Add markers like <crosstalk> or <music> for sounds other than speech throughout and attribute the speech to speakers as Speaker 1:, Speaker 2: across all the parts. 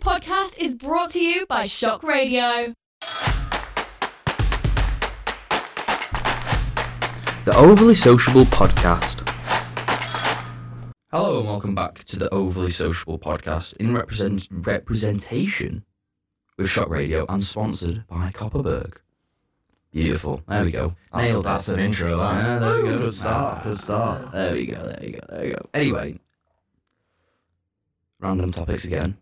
Speaker 1: podcast is brought to you by Shock Radio.
Speaker 2: The Overly Sociable Podcast. Hello and welcome back to the Overly Sociable Podcast in represent- representation with Shot Radio and sponsored by Copperberg. Beautiful. There we go.
Speaker 3: That's-
Speaker 2: Nailed
Speaker 3: that's
Speaker 2: it.
Speaker 3: an intro, that.
Speaker 2: Yeah, there we go. Ah.
Speaker 3: Good start, good start.
Speaker 2: There we go, there we go, there we go. Anyway, random topics again.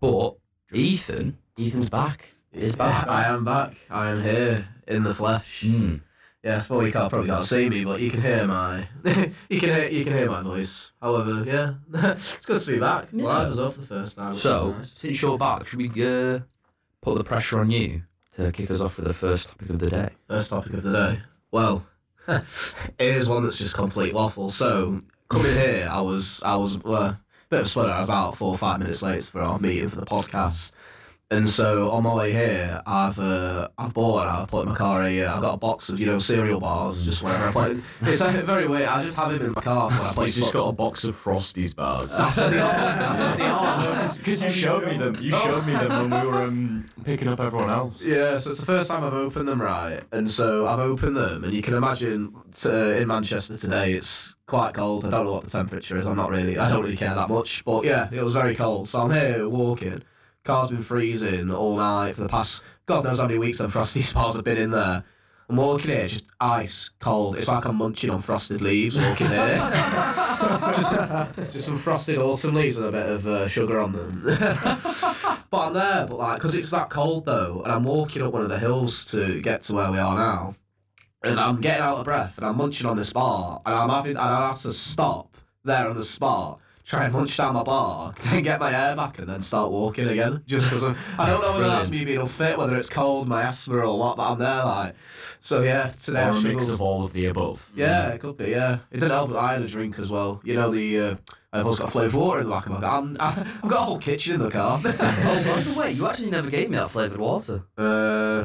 Speaker 2: But Ethan
Speaker 4: Ethan's back.
Speaker 2: is back.
Speaker 3: I am back. I am here in the flesh.
Speaker 2: Mm.
Speaker 3: Yes, well, you can't probably can't see me, but you can hear my <laughs> you can hear you can hear my voice. However, yeah, <laughs> it's good to be back.
Speaker 2: Yeah.
Speaker 3: Live was off the first time. which
Speaker 2: So,
Speaker 3: was nice.
Speaker 2: since you're back, should we uh, put the pressure on you to kick us off with the first topic of the day?
Speaker 3: first topic of the day. Well, <laughs> it is one that's just complete waffle. So coming here, I was I was uh, a bit of a sweater. I was about four or five minutes late for our meeting for the podcast. And so on my way here, I've uh, I've bought I've put in my car a uh, I've got a box of you know cereal bars just whenever I play. It's <laughs> uh, very weird. I just have him in my car when I play.
Speaker 4: He's just got a box of Frosties bars.
Speaker 3: That's what they are. <laughs> That's what they are.
Speaker 4: <laughs> Because you showed me them. You showed me them when we were um, picking up everyone else.
Speaker 3: Yeah, so it's the first time I've opened them right, and so I've opened them, and you can imagine uh, in Manchester today it's quite cold. I don't know what the temperature is. I'm not really, I don't really care that much, but yeah, it was very cold. So I'm here walking. Car's been freezing all night for the past God knows how many weeks. The frosty <laughs> bars have been in there. I'm walking here, just ice cold. It's like I'm munching on frosted leaves walking here. <laughs> just, just some frosted autumn leaves with a bit of uh, sugar on them. <laughs> But I'm there, but like, because it's that cold though, and I'm walking up one of the hills to get to where we are now, and I'm getting out of breath, and I'm munching on this bar, and I'm having, and I have to stop there on the spot, try and munch down my bar, <laughs> then get my hair back, and then start walking again, just because I'm, I don't know whether that's me being unfit, whether it's cold, my asthma, or what, but I'm there, like, so yeah, today I
Speaker 4: Or a mix
Speaker 3: struggled.
Speaker 4: of all of the above.
Speaker 3: Yeah, it could be. Yeah, it didn't help. that I had a drink as well. You know the. Uh, I've also got flavoured water in the back of my car. I'm, <laughs> I, I've got a whole kitchen in the car.
Speaker 2: oh,
Speaker 3: <laughs>
Speaker 2: by the way, you actually never gave me that flavoured water.
Speaker 3: Uh,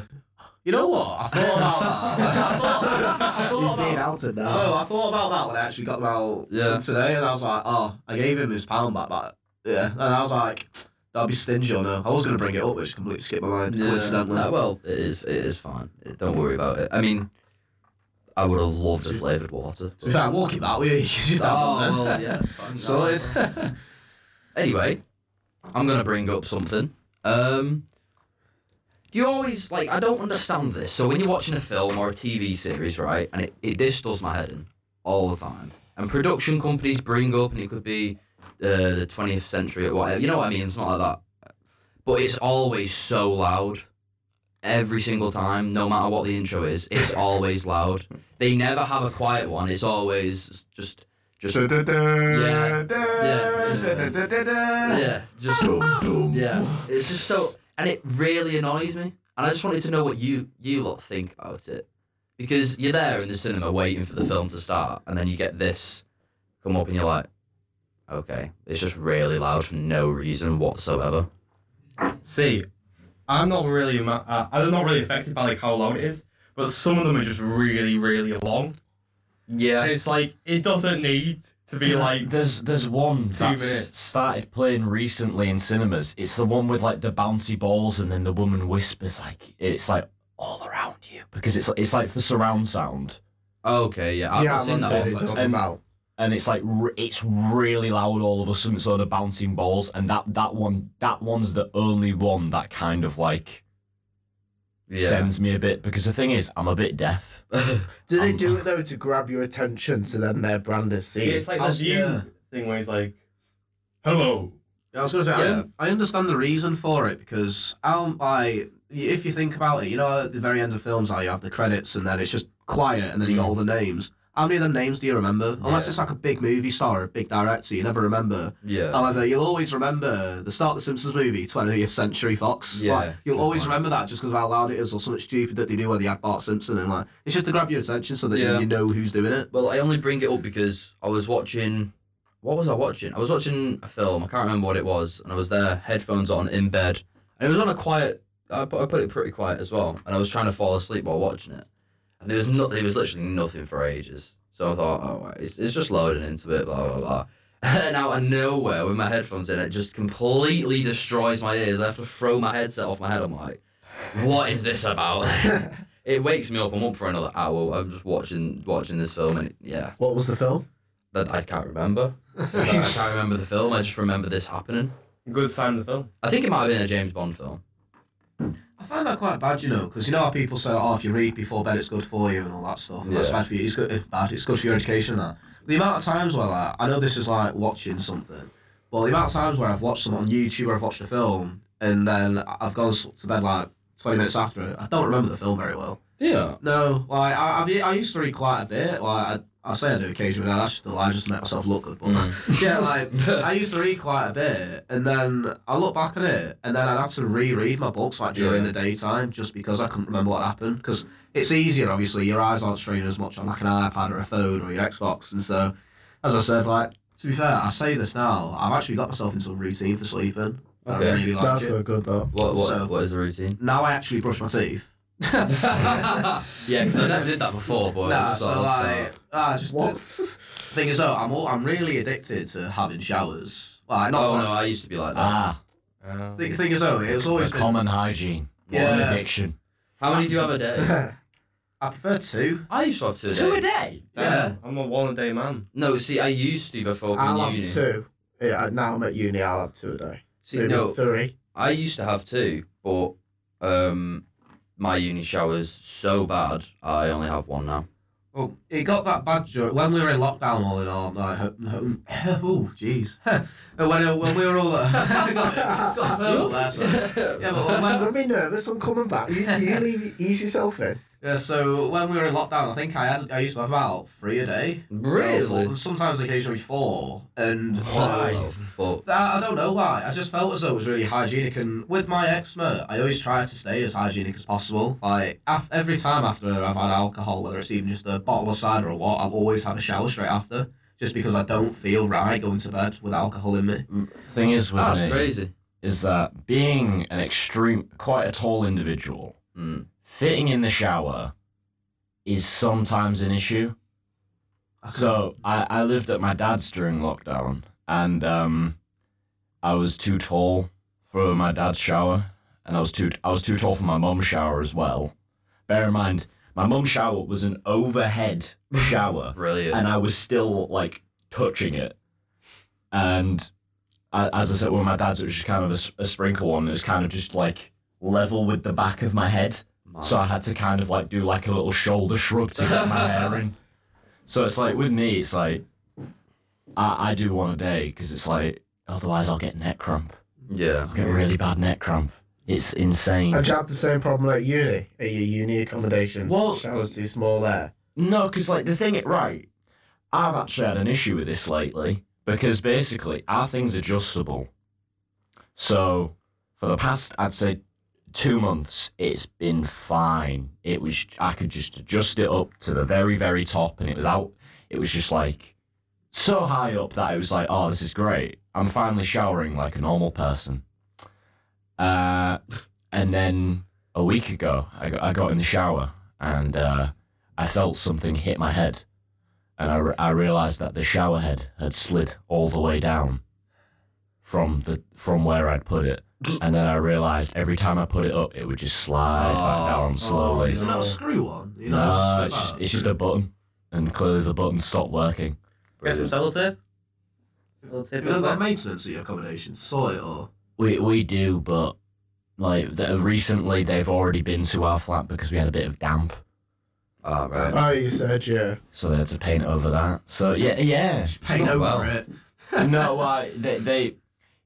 Speaker 3: you know what? I thought about that. I thought, I thought
Speaker 5: He's
Speaker 3: about
Speaker 5: being outed now.
Speaker 3: No, I thought about that when I actually got them out
Speaker 2: Yeah.
Speaker 3: today, and I was like, oh, I gave him his pound back, but yeah, and I was like, that'd be stingy or no. I was gonna bring it up, which completely skipped my mind. Coincidentally,
Speaker 2: Uh, well, it is. It is fine. It- don't worry about it. I mean, I would have loved a flavoured water.
Speaker 3: to be fair, I'm walking that way. <laughs> You should have one
Speaker 2: Oh
Speaker 3: then.
Speaker 2: well, yeah. <laughs> fine,
Speaker 3: <laughs> So
Speaker 2: that
Speaker 3: it's
Speaker 2: one. anyway, I'm gonna bring up something. Um, do you always like? I don't understand this. So when you're watching a film or a TV series, right, and it, it this does my head in all the time, and production companies bring up, and it could be uh, the 20th century or whatever. You know what I mean? It's not like that, but it's always so loud. Every single time, no matter what the intro is, it's always loud. They never have a quiet one. It's always just, just yeah, yeah, yeah, just yeah. It's just so, and it really annoys me. And I just wanted to know what you you lot think about it, because you're there in the cinema waiting for the film to start, and then you get this come up, and you're like, okay, it's just really loud for no reason whatsoever.
Speaker 6: See, I'm not really, ma- uh, I'm not really affected by like how loud it is, but some of them are just really, really long. And
Speaker 2: Yeah,
Speaker 6: it's like it doesn't need to be like
Speaker 4: There's there's one that's
Speaker 6: minutes.
Speaker 4: started playing recently in cinemas. It's the one with like the bouncy balls and then the woman whispers like it's like all around you because it's it's like for surround sound
Speaker 2: okay, yeah, I've
Speaker 5: yeah,
Speaker 2: not
Speaker 5: I'm
Speaker 2: seen
Speaker 5: on
Speaker 2: that.
Speaker 5: TV
Speaker 2: One.
Speaker 5: talking
Speaker 4: And-
Speaker 5: about.
Speaker 4: and it's like re- it's really loud all of a sudden. So the bouncing balls and that that one that one's the only one that kind of like
Speaker 2: Yeah.
Speaker 4: sends me a bit because the thing is I'm a bit deaf.
Speaker 5: <laughs> Do they
Speaker 4: Um,
Speaker 5: do it though to grab your attention so then their brand is seen?
Speaker 6: it's like
Speaker 3: I'll-
Speaker 6: that you
Speaker 3: yeah.
Speaker 6: thing where he's like, "Hello."
Speaker 3: Yeah, I was gonna say I-
Speaker 2: Yeah.
Speaker 3: I, understand the reason for it because um, I if you think about it, you know at the very end of films how you have the credits and then it's just quiet and then you got all the names. How many of them names do you remember? Unless
Speaker 2: Mm. Yeah.
Speaker 3: it's like a big movie star or a big director, you never remember.
Speaker 2: yeah.
Speaker 3: However, you'll always remember the start of the Simpsons movie, 20th Century Fox.
Speaker 2: Yeah,
Speaker 3: Like, you'll
Speaker 2: good
Speaker 3: always
Speaker 2: point.
Speaker 3: remember that just because of how loud it is or something stupid that they do where they had Bart Simpson and like it's just to grab your attention so that you-
Speaker 2: Yeah.
Speaker 3: you know who's doing it.
Speaker 2: Well, I only bring it up because I was watching. What was I watching? I was watching a film. I can't remember what it was, and I was there, headphones on, in bed, and it was on a quiet. I put, I put it pretty quiet as well, and I was trying to fall asleep while watching it, and there was not. There was literally nothing for ages. So I thought, oh, right, it's, it's just loading into it, blah <laughs> blah blah. and out of nowhere with my headphones in, it just completely destroys my ears. I have to throw my headset off my head. I'm like, what is this about? <laughs> it wakes me up. I'm up for another hour. I'm just watching watching this film, and it, yeah,
Speaker 5: What was the film?
Speaker 2: but I can't remember. I can't remember the film. I just remember this happening.
Speaker 6: Good sign of the film.
Speaker 2: I think it might have been a James Bond film.
Speaker 3: I find that quite bad, you know, because you know how people say, oh, if you read before bed, it's good for you and all that stuff. That's
Speaker 2: Yeah.
Speaker 3: bad for you. It's good, it's bad. It's good for your education. and That the amount of times where like, I know this is like watching something, but the amount of times where I've watched something on YouTube or I've watched a film and then I- I've gone s- to bed like twenty minutes after it, I don't remember the film very well.
Speaker 2: Yeah.
Speaker 3: No, like I, I've, I used to read quite a bit. Like I, I say I do occasionally. Now that's just a lie, just to make myself look good. But
Speaker 2: Hmm. <laughs>
Speaker 3: yeah, like I used to read quite a bit, and then I look back at it, and then I'd have to reread my books like during
Speaker 2: Yeah.
Speaker 3: the daytime, just because I couldn't remember what happened. Because it's easier, obviously. Your eyes aren't straining as much on like an iPad or a phone or your Xbox, and so as I said, like to be fair, I say this now. I've actually got myself into a routine for sleeping.
Speaker 2: Okay.
Speaker 3: I really like
Speaker 5: That's
Speaker 3: it.
Speaker 5: not good though.
Speaker 2: What what
Speaker 3: So-
Speaker 2: what is the
Speaker 3: <laughs>
Speaker 2: routine?
Speaker 3: Now I actually brush my teeth.
Speaker 2: yeah, because I never did that before, but
Speaker 3: Nah,
Speaker 2: I uh, just
Speaker 3: so
Speaker 2: thought,
Speaker 3: like, ah, just
Speaker 5: What?
Speaker 3: Thing is, though, I'm all, I'm really addicted to having showers. Like, not
Speaker 2: oh
Speaker 3: like-
Speaker 2: no, I used to be like that.
Speaker 4: Ah,
Speaker 6: Um,
Speaker 3: Thing, thing is, though, it was
Speaker 4: the
Speaker 3: always. Been,
Speaker 4: common hygiene. What an
Speaker 3: Yeah.
Speaker 4: addiction.
Speaker 2: How many do you have a day?
Speaker 3: I prefer two.
Speaker 2: I used to have two a day.
Speaker 4: day?
Speaker 2: Yeah.
Speaker 6: I'm a one a day man.
Speaker 2: No, see, I used to before
Speaker 5: I'll
Speaker 2: coming
Speaker 5: have
Speaker 2: uni.
Speaker 5: two. Yeah, now I'm at uni. I'll have two a day.
Speaker 2: See,
Speaker 5: Maybe
Speaker 2: no,
Speaker 5: three.
Speaker 2: I used to have two, but um, my uni shower's so bad, I only have one now.
Speaker 3: Well, Oh, it got that bad during, when we were in lockdown, all in all. Like, ho- ho- <laughs> oh, jeez. <laughs> Uh, when, uh, when we were all. <laughs> got, got verbal there, so. <laughs> Yeah, but when,
Speaker 5: <laughs> Don't be nervous. I'm coming back. You, <laughs> you leave, ease yourself in.
Speaker 3: yeah, so when we were in lockdown, I think I had I used to have about three a day. Or Sometimes occasionally four. And
Speaker 6: Why?
Speaker 2: Oh, fuck.
Speaker 3: I I don't know why. I just felt as though it was really hygienic, and with my eczema, I always try to stay as hygienic as possible. Like af- every time after I've had alcohol, whether it's even just a bottle of cider or what, I'll always have a shower straight after, just because I don't feel right going to bed with alcohol in me.
Speaker 4: Thing is with
Speaker 2: That's
Speaker 4: me
Speaker 2: crazy.
Speaker 4: is that being an extreme, quite a tall individual,
Speaker 2: Mm.
Speaker 4: fitting in the shower is sometimes an issue. So I, I lived at my dad's during lockdown, and um, I was too tall for my dad's shower, and I was too I was too tall for my mum's shower as well. Bear in mind, my mum's shower was an overhead shower,
Speaker 2: Brilliant.
Speaker 4: and I was still like touching it. And I, as I said, with my dad's, it was just kind of a s- a, sprinkle one. It was kind of just like level with the back of my head,
Speaker 2: Man.
Speaker 4: so I had to kind of like do like a little shoulder shrug to get my hair in. So it's like with me, it's like I, I do one a day because it's like otherwise I'll get neck cramp.
Speaker 2: yeah.
Speaker 4: I'll get really bad neck cramp. It's insane.
Speaker 5: And you have the same problem at uni. At your uni accommodation.
Speaker 4: Well-
Speaker 5: showers too small there.
Speaker 4: No, because like the thing, right? I've actually had an issue with this lately because basically our thing's adjustable. So for the past, I'd say two months, it's been fine. It was I could just adjust it up to the very very top, and it was out. It was just like so high up that it was like, oh, this is great. I'm finally showering like a normal person. Uh, and then a week ago, I got, I got in the shower and. Uh, I felt something hit my head, and I, re- I realized that the shower head had slid all the way down from the from where I'd put it. And then I realized every time I put it up, it would just slide
Speaker 2: Oh,
Speaker 4: back down slowly.
Speaker 3: Isn't that a screw on? You
Speaker 4: no,
Speaker 3: it's
Speaker 4: it's
Speaker 3: just-
Speaker 4: just it's just a button, and clearly the button stopped working.
Speaker 6: Get some sellotape. Sellotape.
Speaker 3: Have you not got
Speaker 6: over
Speaker 3: maintenance at your accommodation to sort it or?
Speaker 4: We we do, but like the, recently they've already been to our flat because we had a bit of damp,
Speaker 2: Ah, right.
Speaker 5: Oh, you said yeah.
Speaker 4: so they had to paint over that. So yeah, yeah.
Speaker 3: Paint
Speaker 2: not
Speaker 3: over
Speaker 2: well.
Speaker 3: it.
Speaker 4: no, uh, they, they.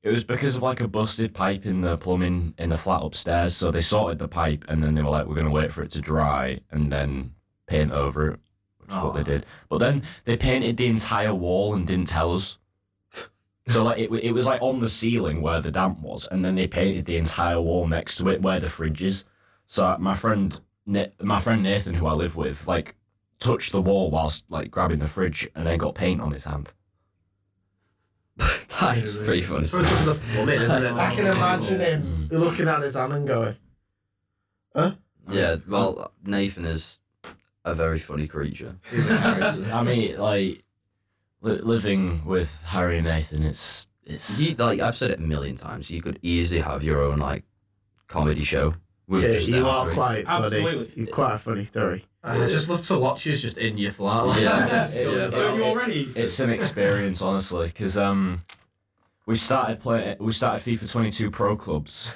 Speaker 4: It was because of like a busted pipe in the plumbing in the flat upstairs. So they sorted the pipe, and then they were like, "We're gonna wait for it to dry and then paint over it," which is what they
Speaker 3: Aw.
Speaker 4: did. But then they painted the entire wall and didn't tell us. So like it, wa- it was like on the ceiling where the damp was, and then they painted the entire wall next to it where the fridge is. So uh, my friend, Na- my friend Nathan, who I live with, like touched the wall whilst like grabbing the fridge, and then got paint on his hand.
Speaker 2: <laughs> that is pretty funny.
Speaker 3: It's for the plumbing, isn't it?
Speaker 5: <laughs> I can imagine him looking at his hand and going,
Speaker 2: Yeah, well,
Speaker 6: <laughs>
Speaker 2: Nathan is a very funny creature.
Speaker 4: I mean, like, li- living with Harry and Nathan, it's it's
Speaker 2: You, like I've said it a million times, you could easily have your own like comedy show with
Speaker 5: Yeah,
Speaker 2: just
Speaker 5: you
Speaker 2: them
Speaker 5: are
Speaker 2: three.
Speaker 5: quite funny.
Speaker 6: Absolutely.
Speaker 5: You're quite a funny three.
Speaker 3: <laughs> I just love to watch you just in your flat. <laughs> Like,
Speaker 2: Yeah.
Speaker 4: Yeah.
Speaker 6: Don't you already?
Speaker 4: it's an experience, honestly, because um, we've started playing, we started FIFA 22 Pro Clubs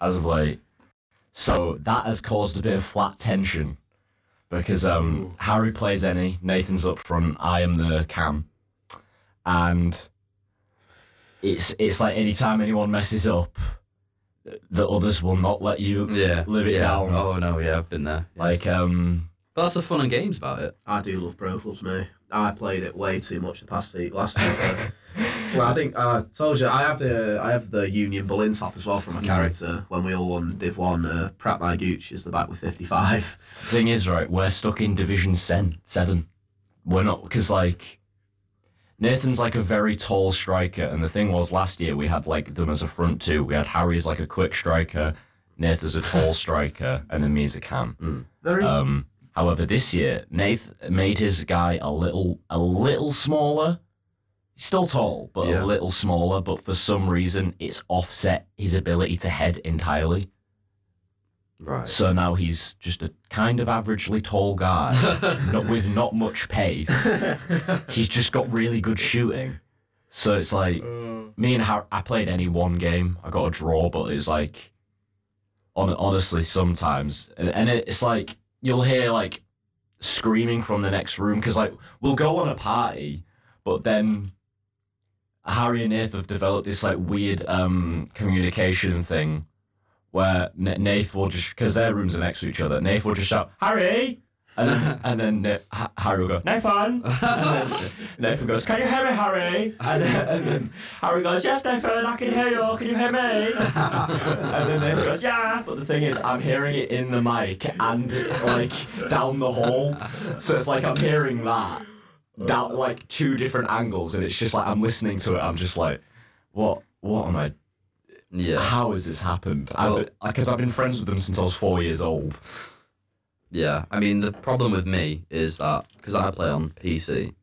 Speaker 4: as of late, so that has caused a bit of flat tension because um, Harry plays any, Nathan's up front, I am the cam, and it's it's like anytime anyone messes up, the others will not let you
Speaker 2: Yeah.
Speaker 4: live it
Speaker 2: yeah.
Speaker 4: down.
Speaker 2: Oh no, yeah, I've been there.
Speaker 4: Like um,
Speaker 2: But that's the fun and games about it.
Speaker 3: I do love Pro Clubs, mate. I played it way too much the past few last week. uh, well, I think I told you I have the I have the Union Bull top as well for my character. When we all won Div One, uh, Pratt by Gooch is the back with fifty five.
Speaker 4: thing is, right, we're stuck in Division sen- 7. We're not, because, like, Nathan's like a very tall striker, and the thing was, last year we had, like, them as a front two. We had Harry as, like, a quick striker, Nathan as a tall striker, and then me as a cam.
Speaker 3: Very
Speaker 4: Um, however, this year, Nath made his guy a little, a little smaller. He's still tall, but
Speaker 2: Yeah.
Speaker 4: a little smaller, but for some reason, it's offset his ability to head entirely.
Speaker 2: Right.
Speaker 4: So now he's just a kind of averagely
Speaker 2: <laughs>
Speaker 4: tall guy, not with not much pace. He's just got really good shooting. So it's like
Speaker 5: Mm.
Speaker 4: me and Har I played any one game. I got a draw, but it's like, on honestly, sometimes, and, and it's like you'll hear like screaming from the next room because like we'll go on a party, but then Harry and Nath have developed this like weird um communication thing where N- Nath will just because their rooms are next to each other. Nath will just shout Harry, and then, and then Na- Ha- Harry will go Nathan. And then Nathan goes, "Can you hear me, Harry?" And then, and then Harry goes, "Yes, Nathan, I can hear you. Can you hear me?" and then Nathan goes, "Yeah." But the thing is, I'm hearing it in the mic and like down the hall, so it's like I'm hearing that down like two different angles, and it's just like I'm listening to it. I'm just like, "What? What am I
Speaker 2: yeah.
Speaker 4: how has this happened?
Speaker 2: Well-
Speaker 4: Because I've been friends with them since I was four years old.
Speaker 2: Yeah, I mean the problem with me is that because I play on PC,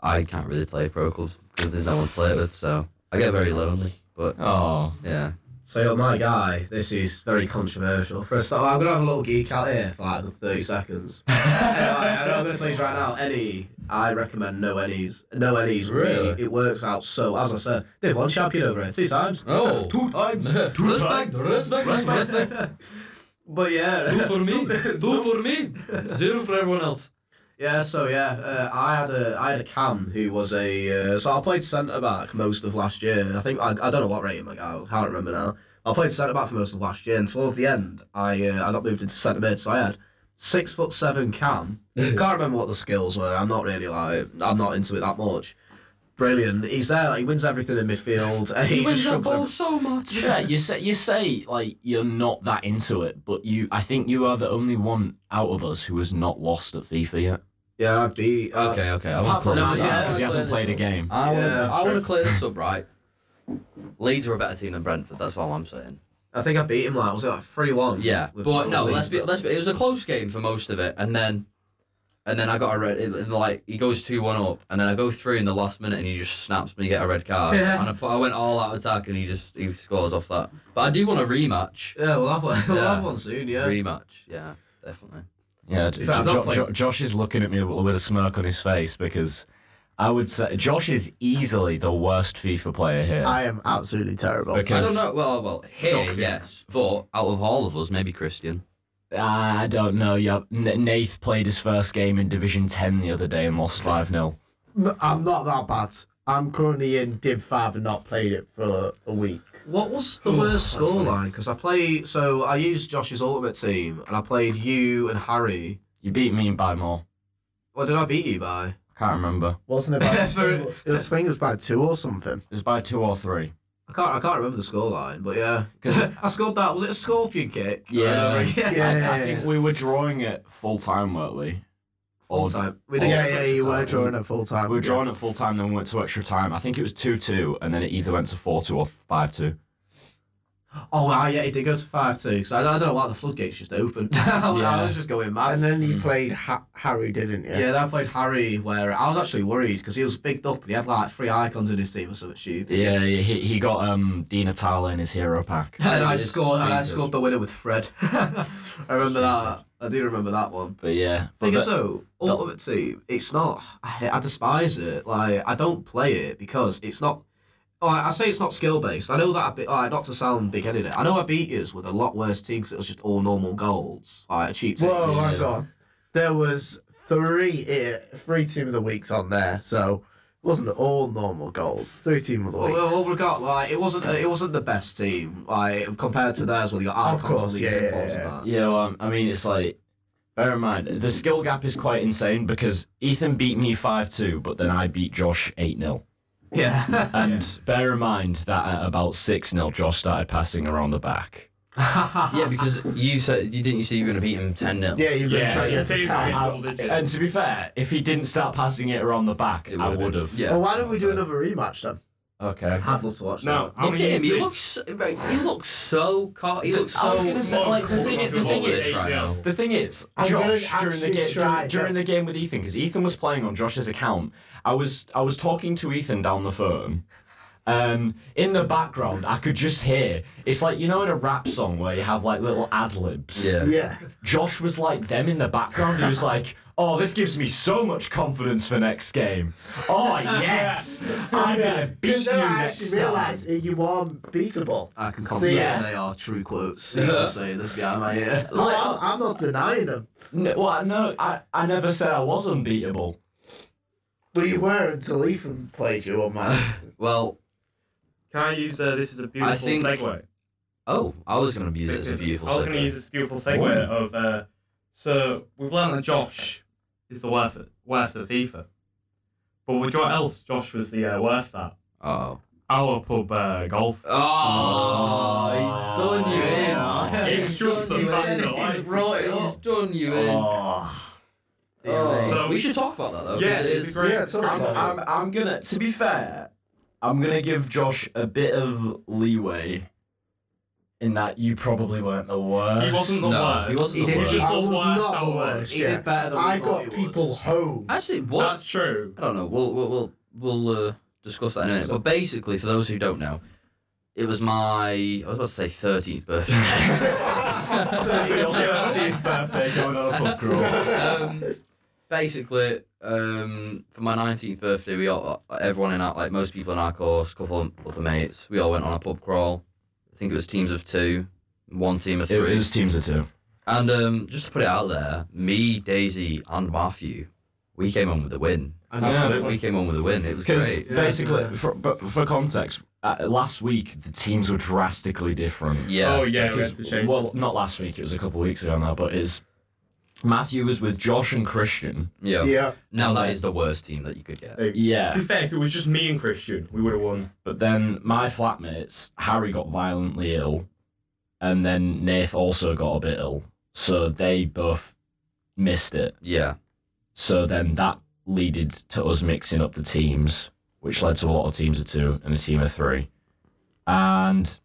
Speaker 2: I can't really play Pro Clubs because there's no one to play it with, so I get very lonely. But
Speaker 4: Oh,
Speaker 2: yeah,
Speaker 3: So my guy, this is very controversial. For a start, I'm gonna have a little geek out here for like 30 seconds. anyway, and I'm gonna tell you right now, any I recommend no ennies. No ennies really.
Speaker 2: Really?
Speaker 3: It works out so. As I said, they've won champion over here two times.
Speaker 2: Oh.
Speaker 3: two times.
Speaker 2: respect, respect, respect,
Speaker 3: But yeah, <laughs>
Speaker 2: for me, do for me, zero for everyone else.
Speaker 3: yeah. So yeah, uh, I had a I had a cam who was a uh, so I played centre back most of last year. I think I, I don't know what rating my guy. was, I can't remember now. I played centre back for most of last year, and towards the end, I uh, I got moved into centre mid, so I had six foot
Speaker 2: <laughs>
Speaker 3: seven cam. Can't remember what the skills were. I'm not really like I'm not into it that much. Brilliant. He's there. Like, he wins everything in midfield. <laughs> and He, just shrugs everything.
Speaker 2: so much.
Speaker 4: yeah. You say you say like you're not that into it, but you I think you are the only one out of us who has not lost at FIFA yet.
Speaker 3: Yeah, I beat. uh,
Speaker 2: Okay, okay, I want to
Speaker 4: Apart from
Speaker 2: clear
Speaker 3: no,
Speaker 2: this
Speaker 4: Hazard,
Speaker 3: yeah,
Speaker 2: up.
Speaker 4: because he hasn't played a game.
Speaker 2: I want
Speaker 3: Yeah,
Speaker 2: to, I
Speaker 3: sure.
Speaker 2: want to clear this up right. Leeds are a better team than Brentford. That's all I'm saying.
Speaker 3: I think I beat him like was it like three one?
Speaker 2: Yeah, but no, let's be let's be. It was a close game for most of it, and then, and then I got a red. it- And like he goes two one up, and then I go three in the last minute, and he just snaps me, get a red card,
Speaker 3: Yeah.
Speaker 2: and I, put- I went all out attack, and he just he scores off that. But I do want a rematch.
Speaker 3: Yeah, we'll have one. <laughs> We'll
Speaker 2: Yeah.
Speaker 3: have one soon. Yeah.
Speaker 2: Rematch, yeah, definitely.
Speaker 4: Yeah,
Speaker 3: In fact, I've not played.
Speaker 4: Josh is looking at me with with a smirk on his face because I would say Josh is easily the worst FIFA player here.
Speaker 5: I am absolutely terrible.
Speaker 2: I
Speaker 4: Because-
Speaker 2: don't know. Well, well, here, yes, but out of all of us, maybe Christian.
Speaker 4: Ah, I don't know. Yeah, N- Nath played his first game in Division Ten the other day and lost five 0
Speaker 5: No, I'm not that bad. I'm currently in Div 5 and not played it for a week.
Speaker 3: What was the worst scoreline? Because I play, so I used Josh's ultimate team, and I played you and Harry.
Speaker 4: You beat me by more.
Speaker 3: What did I beat you by?
Speaker 4: I can't remember.
Speaker 5: Wasn't it <laughs> by
Speaker 3: For-
Speaker 5: two? It was, I think it was by two or something.
Speaker 4: It was by two or three.
Speaker 3: I can't, I can't remember the scoreline, but yeah, <laughs>
Speaker 4: 'Cause-
Speaker 3: I scored that. Was it a scorpion kick?
Speaker 4: Yeah.
Speaker 3: I remember, <laughs> yeah.
Speaker 4: I, I think we were drawing it full time, weren't we?
Speaker 3: Full
Speaker 4: Or-
Speaker 3: time. We
Speaker 5: Yeah,
Speaker 3: didn't
Speaker 5: Oh, yeah,
Speaker 3: get
Speaker 5: you
Speaker 3: such a
Speaker 5: were
Speaker 3: time.
Speaker 5: drawing it full time.
Speaker 4: We were drawing it full time, then we went to extra time. I think it was 2 2, and then it either went to 4 2 or 5 2.
Speaker 3: Oh, wow, yeah, it did go to 5 2. Because I, I don't know why the floodgates just opened. <laughs> I was- I
Speaker 2: Yeah.
Speaker 3: was just going mad.
Speaker 5: And then he played ha- Harry, didn't he?
Speaker 3: yeah. then I played Harry, where I was actually worried because he was bigged up and he had like three icons in his team or something stupid.
Speaker 4: Yeah, he, he got um Di Natale in his hero pack.
Speaker 3: And I
Speaker 2: it's
Speaker 3: scored, and I
Speaker 2: Jesus.
Speaker 3: scored the winner with Fred. <laughs> I remember that. I do remember that one.
Speaker 4: But yeah, for
Speaker 3: Thing is,
Speaker 4: the-
Speaker 3: though, Ultimate Team, it's not. I, I despise it. Like, I don't play it because it's not. oh, I I say it's not skill based. I know that I beat. Like, not to sound big headed, I know I beat you with a lot worse team because it was just all normal golds. Like, a cheap team.
Speaker 5: Whoa, hang
Speaker 4: Yeah.
Speaker 5: on. There was three uh, three team of the weeks on there, so it wasn't all normal goals. Three team of the
Speaker 3: Well,
Speaker 5: weeks.
Speaker 3: well, well, we got like it wasn't uh, it wasn't the best team like compared to theirs where they got
Speaker 5: Of
Speaker 3: icons and
Speaker 5: course,
Speaker 3: these
Speaker 5: yeah, yeah,
Speaker 3: involved and
Speaker 5: yeah.
Speaker 3: that.
Speaker 4: Yeah, well, um, I mean, it's like, bear in mind, the skill gap is quite insane because Ethan beat me 5 2, but then I beat Josh 8 0.
Speaker 3: Yeah.
Speaker 4: And bear in mind that at about 6 0, Josh started passing around the back.
Speaker 3: <laughs>
Speaker 2: Yeah, because you said you didn't you say you were gonna beat him ten 0
Speaker 5: yeah, you've been
Speaker 4: Yeah,
Speaker 5: trying
Speaker 4: yeah,
Speaker 5: to
Speaker 6: so he's
Speaker 5: time.
Speaker 6: right.
Speaker 4: I-
Speaker 6: Double digits.
Speaker 4: and to be fair, if he didn't start passing it around the back, I would have.
Speaker 2: Yeah.
Speaker 5: Well, why don't we do another rematch then?
Speaker 4: Okay.
Speaker 3: I'd love to watch
Speaker 6: No,
Speaker 3: that.
Speaker 6: I'm
Speaker 2: Look
Speaker 6: gonna
Speaker 2: at him.
Speaker 6: use
Speaker 2: He
Speaker 6: this.
Speaker 2: looks, right, he looks so car. He looks
Speaker 4: I
Speaker 2: so.
Speaker 4: was gonna say, like, the thing is- the thing
Speaker 2: confident
Speaker 4: is-
Speaker 2: right now.
Speaker 4: The thing is,
Speaker 5: I'm gonna
Speaker 4: Josh during the
Speaker 5: actually
Speaker 4: game
Speaker 5: try
Speaker 4: during, during the game with Ethan because Ethan was playing on Josh's account. I was I was talking to Ethan down the phone, and in the background I could just hear. It's like you know in a rap song where you have like little ad libs.
Speaker 2: Yeah.
Speaker 5: Yeah.
Speaker 4: Josh was like them in the background. He was like. Oh, this gives me so much confidence for next game. Oh yes, I'm gonna beat you
Speaker 5: Because then I
Speaker 4: next
Speaker 5: actually
Speaker 4: time.
Speaker 5: realised that you are beatable.
Speaker 3: I can
Speaker 5: See,
Speaker 3: confirm
Speaker 4: yeah.
Speaker 3: they are true quotes. You can say this guy, mate. Yeah.
Speaker 5: Oh, I'm, I'm not denying them.
Speaker 4: No, well, no, I, I never said I was unbeatable.
Speaker 5: But you were until Ethan played you on my.
Speaker 2: Well,
Speaker 6: <laughs> Can I use uh, this as a beautiful
Speaker 2: think-
Speaker 6: segue?
Speaker 2: oh, I was gonna use it as
Speaker 6: Because
Speaker 2: a beautiful.
Speaker 6: I was going
Speaker 2: segue.
Speaker 6: to use this beautiful segue
Speaker 4: Ooh.
Speaker 6: of. Uh, so we've learned that Josh is the worst, worst at FIFA, but what else Josh was the uh, worst at?
Speaker 2: Oh.
Speaker 6: Our pub uh, golf.
Speaker 2: Oh, he's done you in.
Speaker 6: It's
Speaker 2: He's
Speaker 6: just
Speaker 2: done
Speaker 6: the
Speaker 2: you
Speaker 6: fact
Speaker 2: in.
Speaker 6: that I-
Speaker 2: He's brought it. He's done you in.
Speaker 4: Oh.
Speaker 2: Oh.
Speaker 6: So-
Speaker 2: we should talk about that though. 'cause
Speaker 6: Yeah,
Speaker 2: it
Speaker 6: it's
Speaker 2: Oh, is-
Speaker 6: great.
Speaker 5: Yeah, talk
Speaker 4: I'm,
Speaker 5: about it.
Speaker 4: I'm, I'm gonna. To be fair, I'm gonna give Josh a bit of leeway. In that you probably weren't the worst.
Speaker 6: He wasn't
Speaker 4: <laughs>
Speaker 6: the
Speaker 2: No,
Speaker 6: worst.
Speaker 2: he wasn't the
Speaker 6: did
Speaker 2: worst.
Speaker 6: Just
Speaker 5: I
Speaker 6: the
Speaker 5: was
Speaker 6: worst,
Speaker 5: not
Speaker 6: our
Speaker 5: the
Speaker 6: worst.
Speaker 5: worst.
Speaker 3: He
Speaker 5: Yeah.
Speaker 3: did better than we
Speaker 5: I
Speaker 3: thought
Speaker 5: got
Speaker 3: he
Speaker 5: people
Speaker 3: was.
Speaker 5: home.
Speaker 2: Actually, what?
Speaker 6: That's true.
Speaker 2: I don't know. We'll we'll we'll, we'll uh, discuss that in a minute. but basically, for those who don't know, it was my I was about to say thirteenth <laughs>
Speaker 6: <laughs>
Speaker 2: birthday.
Speaker 4: Your 13th birthday going on a pub crawl.
Speaker 2: um, basically, um, for my nineteenth birthday, we all everyone in our like most people in our course, couple of other mates, we all went on a pub crawl. I think it was teams of two, one team of
Speaker 4: It
Speaker 2: three.
Speaker 4: was teams of two.
Speaker 2: And um, just to put it out there, me, Daisy, and Matthew, we came on with the win.
Speaker 4: Oh,
Speaker 6: Absolutely.
Speaker 2: We came on with the win. It was
Speaker 4: Because
Speaker 2: great.
Speaker 4: basically, for, but for context, uh, last week the teams were drastically different.
Speaker 2: Yeah.
Speaker 6: Oh yeah, we had
Speaker 4: Because-
Speaker 6: to change.
Speaker 4: well, not last week. It was a couple of weeks ago now. But is Matthew was with Josh and Christian.
Speaker 2: yeah.
Speaker 5: Yeah.
Speaker 2: Now that is the worst team that you could get.
Speaker 6: to
Speaker 4: Yeah.
Speaker 6: be fair, if it was just me and Christian, we would have won.
Speaker 4: But then my flatmates Harry got violently ill, and then Nath also got a bit ill. So they both missed it.
Speaker 2: Yeah.
Speaker 4: So then that leaded to us mixing up the teams, which led to a lot of teams of two and a team of three. And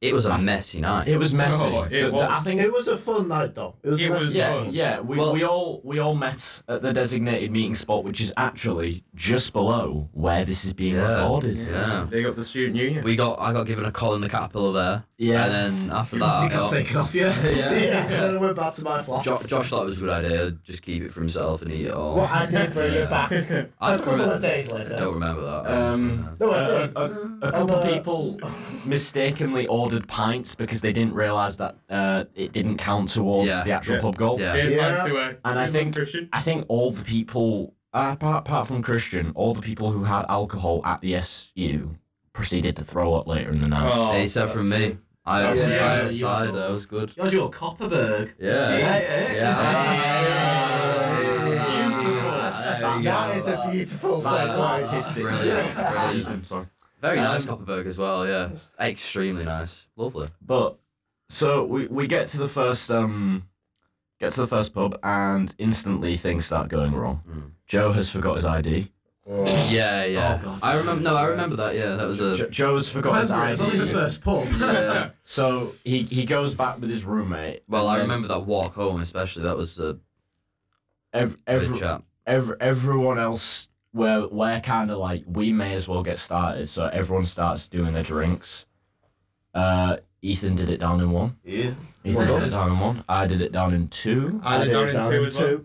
Speaker 2: It was a
Speaker 4: I th-
Speaker 2: messy night.
Speaker 4: it was messy.
Speaker 6: Oh, it
Speaker 4: The- the- I
Speaker 6: was.
Speaker 4: think
Speaker 5: It was a fun night though. It was.
Speaker 6: It
Speaker 5: nice.
Speaker 6: was-
Speaker 4: Yeah,
Speaker 6: fun.
Speaker 4: yeah. We,
Speaker 2: Well-
Speaker 4: we all we all met at the designated meeting spot, which is actually just below where this is being
Speaker 2: Yeah.
Speaker 4: recorded.
Speaker 2: Yeah.
Speaker 6: They got the student union. <laughs>
Speaker 2: we got I got given a call in the caterpillar there.
Speaker 4: Yeah.
Speaker 2: And then after
Speaker 3: You
Speaker 2: that, I
Speaker 4: <laughs>
Speaker 3: think I'll
Speaker 2: got-
Speaker 3: take it off you?
Speaker 5: <laughs> Yeah.
Speaker 2: <laughs> yeah.
Speaker 5: And then I went back to my flat.
Speaker 2: Jo- Josh thought it was a good idea. Just keep it for himself and eat it all.
Speaker 5: Well, I did bring
Speaker 2: Yeah. <laughs>
Speaker 5: it back.
Speaker 2: I
Speaker 5: a
Speaker 2: don't
Speaker 5: couple of
Speaker 2: remember-
Speaker 5: days
Speaker 2: I
Speaker 5: later.
Speaker 2: don't remember that.
Speaker 4: Um,
Speaker 5: No, I
Speaker 4: A,
Speaker 5: did.
Speaker 4: a- a couple
Speaker 5: uh,
Speaker 4: people mistakenly ordered pints because they didn't realise that uh, it didn't count towards
Speaker 2: Yeah.
Speaker 4: the actual
Speaker 6: Yeah.
Speaker 4: pub golf.
Speaker 2: Yeah.
Speaker 5: Yeah.
Speaker 4: And I think-
Speaker 6: uh, Christian.
Speaker 4: I think all the people, uh, apart, apart from Christian, all the people who had alcohol at the SU proceeded to throw up later in the night.
Speaker 6: Oh,
Speaker 2: Hey, except from me. I
Speaker 6: Yeah.
Speaker 2: was
Speaker 6: Yeah.
Speaker 2: I was outside. That was good.
Speaker 3: Yours, your Copperberg.
Speaker 2: Yeah.
Speaker 3: Yeah.
Speaker 2: Yeah.
Speaker 5: Beautiful.
Speaker 2: There you
Speaker 5: That
Speaker 2: go.
Speaker 5: is a
Speaker 6: Oh,
Speaker 5: beautiful
Speaker 2: That's
Speaker 5: segue.
Speaker 2: nice. artistic.
Speaker 4: Brilliant.
Speaker 2: Yeah.
Speaker 4: Brilliant. Sorry.
Speaker 2: Very nice
Speaker 4: Um,
Speaker 2: Copperberg as well, yeah. Extremely nice. Lovely.
Speaker 4: But so we, we get to the first um get to the first pub and instantly things start going wrong.
Speaker 2: Mm.
Speaker 4: Joe has forgot his ID.
Speaker 2: Yeah, yeah.
Speaker 4: Oh, God.
Speaker 2: I remember. No, I remember that. Yeah, that was
Speaker 4: Jo-
Speaker 2: a.
Speaker 4: Joe's forgot his
Speaker 5: Remember, it was only the
Speaker 4: ID.
Speaker 5: first pub. <laughs>
Speaker 2: Yeah.
Speaker 4: So he, he goes back with his roommate.
Speaker 2: Well,
Speaker 4: and
Speaker 2: I
Speaker 4: then
Speaker 2: remember that walk home especially. That was a
Speaker 4: Ev-
Speaker 2: good
Speaker 4: every,
Speaker 2: chat.
Speaker 4: ev- everyone else where we're kind of like we may as well get started so everyone starts doing their drinks uh ethan did it down in one
Speaker 3: Yeah.
Speaker 4: ethan did
Speaker 5: Well done.
Speaker 4: it down in one i did it down in two
Speaker 6: I did
Speaker 5: did
Speaker 6: down
Speaker 5: it
Speaker 6: in two as well.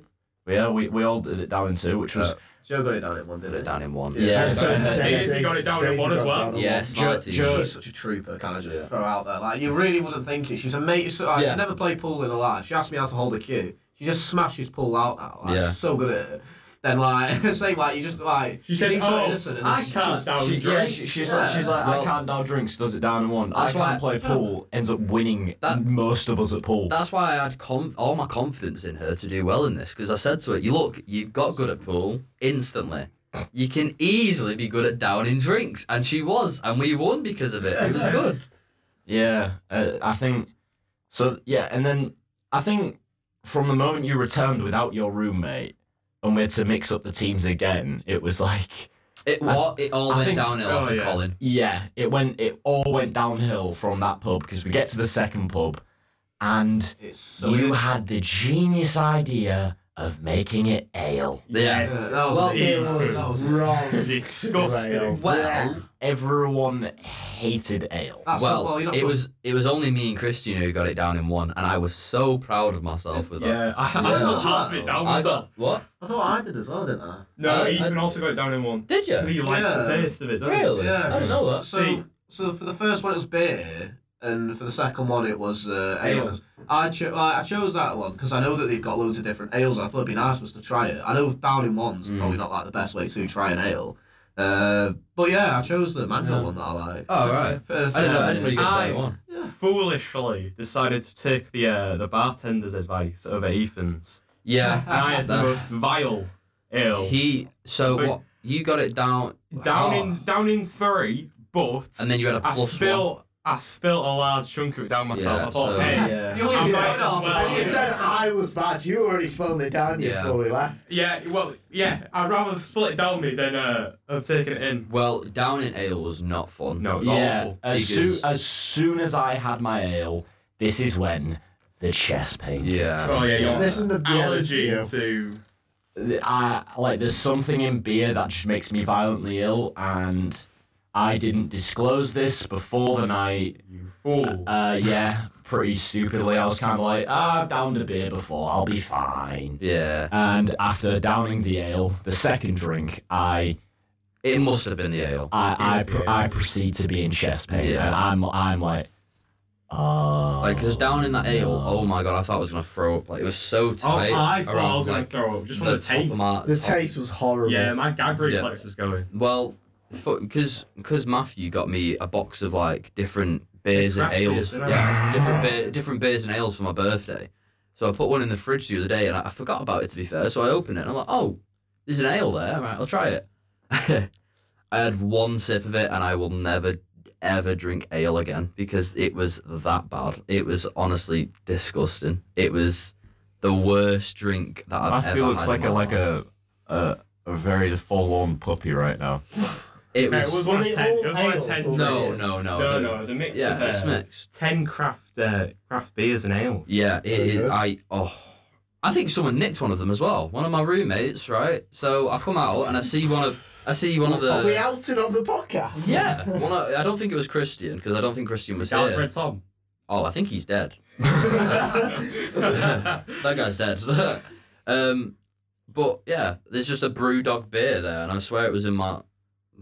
Speaker 4: yeah we, we all did it down in two which was
Speaker 2: Uh,
Speaker 3: Joe got it down in one,
Speaker 2: Put it
Speaker 3: didn't
Speaker 2: Uh, down in one.
Speaker 3: Yeah.
Speaker 4: yeah,
Speaker 5: And so
Speaker 4: and then
Speaker 6: Daisy
Speaker 4: Daisy-
Speaker 6: got it down in
Speaker 5: Daisy
Speaker 6: one
Speaker 5: got
Speaker 6: as well.
Speaker 5: down in
Speaker 2: Yeah,
Speaker 5: one.
Speaker 2: smart
Speaker 4: Jo-
Speaker 2: team.
Speaker 3: he?
Speaker 4: Jo-
Speaker 3: She's such a trooper, can I just throw out there? Like, you really wouldn't think it. She's amazing. She's,
Speaker 2: Yeah.
Speaker 3: she's never played pool in her life. She asked me how to hold a cue. She just smashes pool out now. Like,
Speaker 2: Yeah.
Speaker 3: She's so good at it. Then, like, <laughs> same, like, you just, like,
Speaker 6: She said,
Speaker 3: seems so
Speaker 6: "Oh,
Speaker 3: innocent. and
Speaker 6: I
Speaker 3: she-
Speaker 6: can't
Speaker 3: she-
Speaker 6: down
Speaker 4: she, yeah,
Speaker 6: drink."
Speaker 4: she, she's like, she's like
Speaker 2: Well-
Speaker 4: I can't down drinks, does it down in one. I
Speaker 2: That's why-
Speaker 4: can't play pool, ends up winning
Speaker 2: That-
Speaker 4: most of us at pool.
Speaker 2: That's why I had com- all my confidence in her to do well in this because I said to her, "You look, you got good at pool instantly. You can easily be good at downing drinks," and she was, and we won because of it. It was good.
Speaker 4: Yeah, uh, I think so. Yeah, and then I think from the moment you returned without your roommate and we had to mix up the teams again, it was like
Speaker 2: It wa- it all
Speaker 4: I
Speaker 2: went
Speaker 4: think-
Speaker 2: downhill
Speaker 6: oh,
Speaker 2: after
Speaker 6: yeah.
Speaker 2: Colin.
Speaker 4: yeah, it went it all went downhill from that pub because we get to the second pub and
Speaker 3: It's so
Speaker 4: you
Speaker 3: weird.
Speaker 4: had the genius idea of making it ale.
Speaker 2: Yeah.
Speaker 3: Yeah, that was
Speaker 2: Well,
Speaker 3: an
Speaker 5: It
Speaker 3: evil-
Speaker 5: was
Speaker 3: that was an-
Speaker 6: <laughs>
Speaker 5: wrong.
Speaker 6: Disgusting.
Speaker 2: oh. Well,
Speaker 4: Everyone hated ale.
Speaker 3: that's not-
Speaker 2: well,
Speaker 3: well, you're not
Speaker 2: it
Speaker 3: supposed
Speaker 2: was it was only me and Christina who got it down in one, and I was so proud of myself with that.
Speaker 6: Yeah, I,
Speaker 4: <laughs>
Speaker 6: I
Speaker 3: Yeah.
Speaker 6: still half it down
Speaker 2: I
Speaker 6: myself.
Speaker 2: got what?
Speaker 3: I thought I did as well, didn't I?
Speaker 6: No,
Speaker 2: I-
Speaker 6: Ethan
Speaker 2: I-
Speaker 6: also got it down in one.
Speaker 2: Did
Speaker 6: Because
Speaker 2: you?
Speaker 6: he likes the
Speaker 3: Yeah.
Speaker 6: taste of it, doesn't he?
Speaker 2: Really?
Speaker 3: Yeah.
Speaker 2: I didn't know that.
Speaker 3: So,
Speaker 6: See-
Speaker 3: so for the first one it was beer, and for the second one it was uh, ale.
Speaker 6: Ale.
Speaker 3: 'cause I, cho- I I chose that one because I know that they've got loads of different ales. I thought it'd be nice for us to try it. I know down in one's
Speaker 2: Mm.
Speaker 3: probably not like the best way to try an ale, uh, but yeah, I chose the mango
Speaker 2: Yeah.
Speaker 3: one that I like.
Speaker 2: Oh right.
Speaker 3: Uh,
Speaker 2: I didn't know. I didn't know you got
Speaker 6: I-
Speaker 2: that one.
Speaker 6: Foolishly decided to take the uh, the bartender's advice over Ethan's. And
Speaker 2: Yeah.
Speaker 6: I had the
Speaker 2: That-
Speaker 6: most vile ale.
Speaker 2: He. So
Speaker 6: But-
Speaker 2: what? You got it down.
Speaker 6: down
Speaker 2: oh,
Speaker 6: in down in three, but
Speaker 2: And then you had a
Speaker 6: I
Speaker 2: plus one.
Speaker 6: spill I spilt a large chunk of it down myself.
Speaker 2: Yeah,
Speaker 6: I thought,
Speaker 2: so-
Speaker 6: hey,
Speaker 4: Yeah.
Speaker 6: I
Speaker 5: Yeah.
Speaker 6: might as well.
Speaker 5: And you said I was bad. You already smelled it down you
Speaker 2: Yeah.
Speaker 5: before we left.
Speaker 6: Yeah, well, yeah, I'd rather have split it down me than uh, have taken it in.
Speaker 2: Well, down in ale was not fun.
Speaker 6: No, it's
Speaker 4: Yeah,
Speaker 6: awful.
Speaker 4: as,
Speaker 2: Because-
Speaker 4: soo- as soon as I had my ale, this is when the chest pain.
Speaker 2: Yeah.
Speaker 6: Oh yeah, your
Speaker 5: This is the yeah, this
Speaker 6: allergy
Speaker 5: is you.
Speaker 6: to
Speaker 4: th- I like there's something in beer that just makes me violently ill, and I didn't disclose this before the night.
Speaker 6: you fool.
Speaker 4: Uh, yeah, pretty stupidly, I was kind of like, ah, I've downed a beer before, I'll be fine.
Speaker 2: Yeah.
Speaker 4: And after downing the ale, the second drink, I
Speaker 2: It must have been the ale.
Speaker 4: I I,
Speaker 6: Yes,
Speaker 4: pr-
Speaker 6: yeah.
Speaker 4: I proceed to be in chest pain,
Speaker 2: Yeah.
Speaker 4: and I'm I'm like, oh,
Speaker 2: Like, cause down in that ale,
Speaker 4: no.
Speaker 2: oh my god, I thought I was gonna throw up. Like, it was so
Speaker 6: Oh,
Speaker 2: tight.
Speaker 6: I thought I
Speaker 2: around,
Speaker 6: was gonna
Speaker 2: like,
Speaker 6: throw up just from the,
Speaker 2: top of
Speaker 6: taste.
Speaker 2: my-
Speaker 5: The
Speaker 2: top-
Speaker 5: taste was horrible.
Speaker 6: Yeah, my gag reflex
Speaker 2: Yeah.
Speaker 6: was going.
Speaker 2: Well, because because Matthew got me a box of like different beers and
Speaker 6: Craft beers,
Speaker 2: ales.
Speaker 6: didn't I?
Speaker 2: yeah, different beer, different beers and ales for my birthday. So I put one in the fridge the other day, and I, I forgot about it to be fair. So I opened it, and I'm like, oh, there's an ale there. All right, I'll try it. <laughs> I had one sip of it, and I will never ever drink ale again because it was that bad. It was honestly disgusting. It was the worst drink that I've
Speaker 4: Matthew
Speaker 2: ever
Speaker 4: looks
Speaker 2: had in
Speaker 4: like a
Speaker 2: my
Speaker 4: like
Speaker 2: life.
Speaker 4: a a, a very forlorn puppy right now.
Speaker 2: It
Speaker 6: Yeah, it was
Speaker 2: was
Speaker 6: one
Speaker 5: Were
Speaker 6: of
Speaker 5: they
Speaker 6: ten. It
Speaker 5: all
Speaker 6: was one of
Speaker 5: ales
Speaker 6: ten.
Speaker 5: or
Speaker 2: no,
Speaker 5: beers?
Speaker 2: no, no,
Speaker 6: No, no, it was a mix
Speaker 2: Yeah, it's
Speaker 6: of uh,
Speaker 2: mixed.
Speaker 6: ten craft uh, craft beers and ales.
Speaker 2: Yeah, it
Speaker 5: Very
Speaker 2: is.
Speaker 5: good.
Speaker 2: I oh, I think someone nicked one of them as well. One of my roommates, right? So I come out and I see one of I see one of
Speaker 5: Are we
Speaker 2: the
Speaker 5: outed on the podcast?
Speaker 2: yeah. One of, I don't think it was Christian because I don't think Christian was
Speaker 6: Garlic
Speaker 2: here. <laughs>
Speaker 6: Red Tom. <laughs>
Speaker 2: Oh, I think he's dead.
Speaker 6: yeah,
Speaker 2: That guy's dead. <laughs> um, but yeah, there's just a brew dog beer there, and I swear it was in my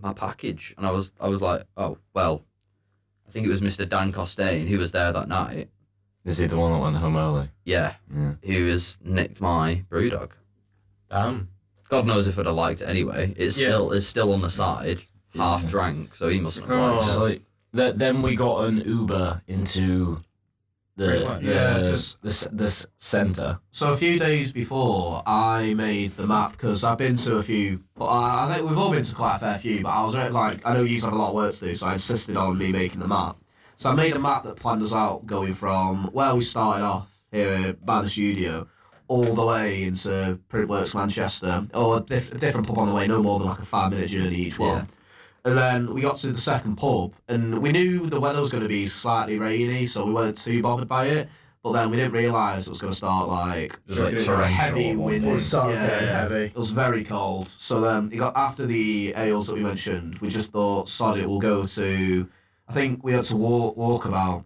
Speaker 2: my package, and I was I was like, oh well, I think it was Mr. Dan Costain who was there that night.
Speaker 4: Is he the one that went home early?
Speaker 2: Yeah,
Speaker 4: Yeah.
Speaker 2: who has nicked my brew dog.
Speaker 6: Damn.
Speaker 2: God knows if I'd have liked it anyway. It's
Speaker 6: Yeah.
Speaker 2: still it's still on the side, half
Speaker 4: Yeah.
Speaker 2: drank, so he mustn't have
Speaker 6: Oh.
Speaker 2: liked it.
Speaker 4: So like, th- then we got an Uber into
Speaker 6: Great
Speaker 4: the
Speaker 6: one.
Speaker 3: Yeah,
Speaker 4: the
Speaker 3: 'cause-
Speaker 4: this this center.
Speaker 3: So a few days before, I made the map because I've been to a few. Well, I I think we've all been to quite a fair few, but I was very- like, I know you have a lot of work to do, so I insisted on me making the map. So I made a map that planned us out going from where we started off here by the studio all the way into Pretty Blurts, Manchester, or a, diff- a different pub on the way, no more than like a five minute journey each one.
Speaker 2: Yeah.
Speaker 3: And then we got to the second pub, and we knew the weather was going to be slightly rainy, so we weren't too bothered by it. But then we didn't realise it was going to start like
Speaker 4: It was like
Speaker 6: Okay.
Speaker 4: torrential.
Speaker 3: Heavy
Speaker 4: at one
Speaker 3: wind.
Speaker 4: point.
Speaker 5: It started
Speaker 3: Yeah,
Speaker 5: getting
Speaker 3: yeah.
Speaker 5: heavy.
Speaker 3: it was very cold. So then it got after the ales that we mentioned, we just thought, sod it, we'll go to. I think we had to walk walk about.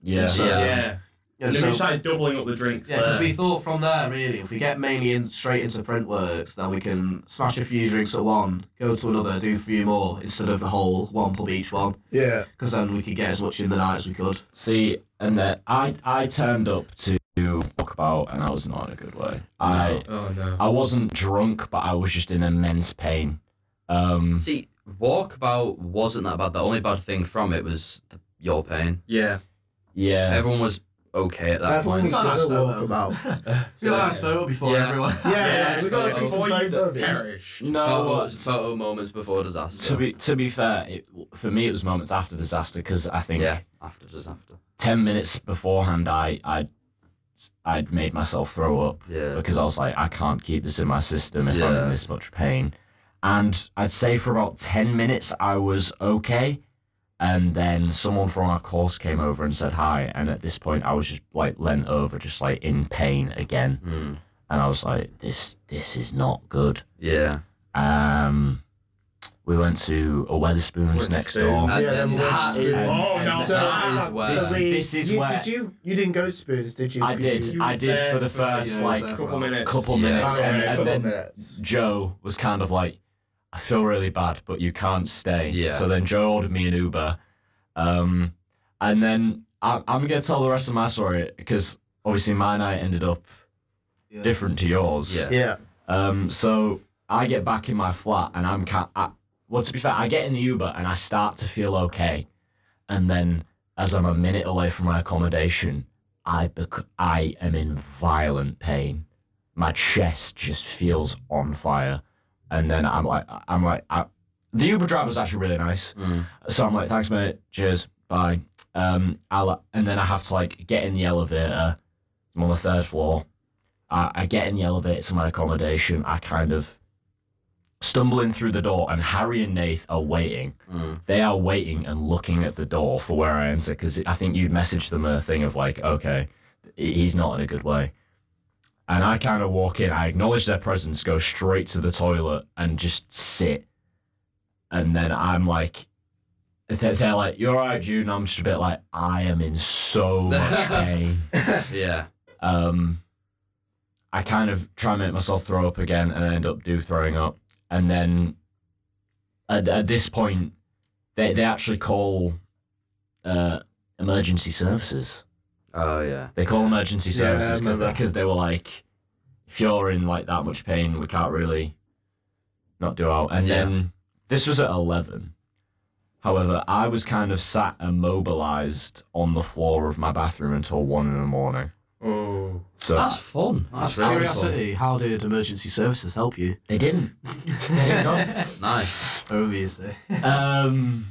Speaker 4: Yeah.
Speaker 3: So,
Speaker 2: Yeah.
Speaker 6: yeah.
Speaker 3: And
Speaker 6: and then
Speaker 3: so-
Speaker 6: we started doubling up the drinks.
Speaker 3: yeah, because
Speaker 6: there.
Speaker 3: we thought from there really, if we get mainly in straight into Printworks, then we can smash a few drinks at one, go to another, do a few more instead of the whole one pub each one,
Speaker 5: Yeah.
Speaker 3: because then we could get as much in the night as we could.
Speaker 4: See, and then I I turned up to talk about, and I was not in a good way. I
Speaker 6: Oh no.
Speaker 4: I wasn't drunk, but I was just in immense pain. Um,
Speaker 2: See, Walkabout wasn't that bad. The only bad thing from it was the, your pain.
Speaker 6: Yeah.
Speaker 4: yeah,
Speaker 2: Everyone was okay at that
Speaker 5: Everyone
Speaker 2: point.
Speaker 5: was
Speaker 3: got
Speaker 5: going
Speaker 3: nice
Speaker 5: to walk
Speaker 3: photo.
Speaker 5: about.
Speaker 3: We got a nice photo before
Speaker 2: Yeah.
Speaker 3: everyone. <laughs>
Speaker 6: Yeah,
Speaker 5: yeah,
Speaker 6: we got it
Speaker 2: photos.
Speaker 6: before you
Speaker 5: Photos, yeah.
Speaker 6: perish.
Speaker 4: no.
Speaker 2: photo,
Speaker 4: what-
Speaker 2: photo moments before disaster.
Speaker 4: To be to be fair, it, for me it was moments after disaster because I think
Speaker 2: yeah, after disaster.
Speaker 4: ten minutes beforehand I I I'd made myself throw up.
Speaker 2: Yeah.
Speaker 4: because I was like, I can't keep this in my system if I'm
Speaker 2: Yeah.
Speaker 4: in this much pain. And I'd say for about 10 minutes, I was okay. And then someone from our course came over and said hi. And at this point, I was just like leant over, just like in pain again.
Speaker 2: Hmm.
Speaker 4: And I was like, this, this is not good.
Speaker 2: Yeah.
Speaker 4: Um, we went to a Weatherspoons
Speaker 6: Wetherspoons.
Speaker 4: next door.
Speaker 2: And
Speaker 5: Yeah,
Speaker 2: then
Speaker 5: them
Speaker 2: that
Speaker 5: ones.
Speaker 2: is,
Speaker 6: Oh,
Speaker 2: and that is
Speaker 6: no. So
Speaker 2: where.
Speaker 4: this- this is
Speaker 5: you,
Speaker 4: where-
Speaker 5: Did you? You didn't go to spoons, did you?
Speaker 4: I
Speaker 5: 'Cause
Speaker 4: did.
Speaker 5: you-
Speaker 6: You
Speaker 4: I
Speaker 6: was
Speaker 4: did
Speaker 6: there
Speaker 4: for the
Speaker 6: for a
Speaker 4: first
Speaker 3: video,
Speaker 4: like
Speaker 3: so-
Speaker 6: couple minutes.
Speaker 4: couple
Speaker 2: Yeah.
Speaker 4: minutes.
Speaker 5: Oh,
Speaker 4: And,
Speaker 5: yeah,
Speaker 4: and
Speaker 5: couple
Speaker 4: then
Speaker 5: minutes.
Speaker 4: Joe was kind of like, I feel really bad, but you can't stay.
Speaker 2: Yeah.
Speaker 4: So then Joe ordered me an Uber. Um, and then I, I'm going to tell the rest of my story because obviously my night ended up
Speaker 3: Yeah.
Speaker 4: different to yours.
Speaker 2: Yeah.
Speaker 5: Yeah.
Speaker 4: Um, so I get back in my flat and I'm ca- I, well, to be fair, I get in the Uber and I start to feel okay, and then as I'm a minute away from my accommodation, I bec- I am in violent pain. My chest just feels on fire, and then I'm like, I'm like, I, the Uber driver was actually really nice.
Speaker 2: Mm.
Speaker 4: So I'm like, thanks, mate. Cheers. Bye. Um, I'll, and then I have to like get in the elevator. I'm on the third floor. I, I get in the elevator to my accommodation. I kind of stumble in through the door, and Harry and Nath are waiting.
Speaker 2: Mm.
Speaker 4: They are waiting and looking at the door for where I enter because I think you'd message them a thing of like, okay, he's not in a good way. And I kind of walk in, I acknowledge their presence, go straight to the toilet and just sit. And then I'm like, they're, they're like, you're all right, June. I'm just a bit like, I am in so much pain.
Speaker 2: Yeah.
Speaker 4: Um, I kind of try and make myself throw up again and I end up do throwing up. And then at, at this point, they, they actually call uh, emergency services.
Speaker 2: Oh yeah.
Speaker 4: They call emergency
Speaker 5: Yeah, I
Speaker 4: services because
Speaker 5: remember.
Speaker 4: they were like, if you're in like that much pain, we can't really not do out. And
Speaker 2: Yeah.
Speaker 4: then this was at 11. However, I was kind of sat immobilized on the floor of my bathroom until one in the morning.
Speaker 6: Oh.
Speaker 4: So
Speaker 2: That's fun. That's
Speaker 3: Out of
Speaker 2: really fun.
Speaker 3: Curiosity, how did emergency services help you?
Speaker 4: They didn't. They did not.
Speaker 2: Nice. <laughs>
Speaker 3: Obviously.
Speaker 4: Um,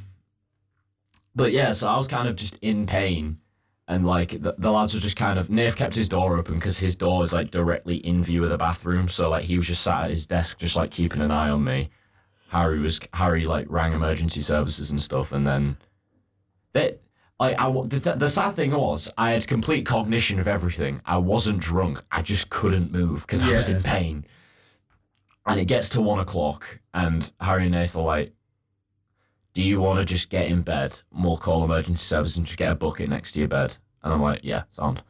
Speaker 4: but yeah, so I was kind of just in pain. And like the, the lads were just kind of. Nath kept his door open because his door is like directly in view of the bathroom. So like he was just sat at his desk, just like keeping an eye on me. Harry was. Harry like rang emergency services and stuff. And then. They, like I, wa- the, th- the sad thing was, I had complete cognition of everything. I wasn't drunk. I just couldn't move because I was
Speaker 6: Yeah.
Speaker 4: in pain. And it gets to one o'clock, and Harry and Nath are like, do you want to just get in bed and we'll call emergency service and just get a bucket next to your bed? And I'm like, yeah, sound.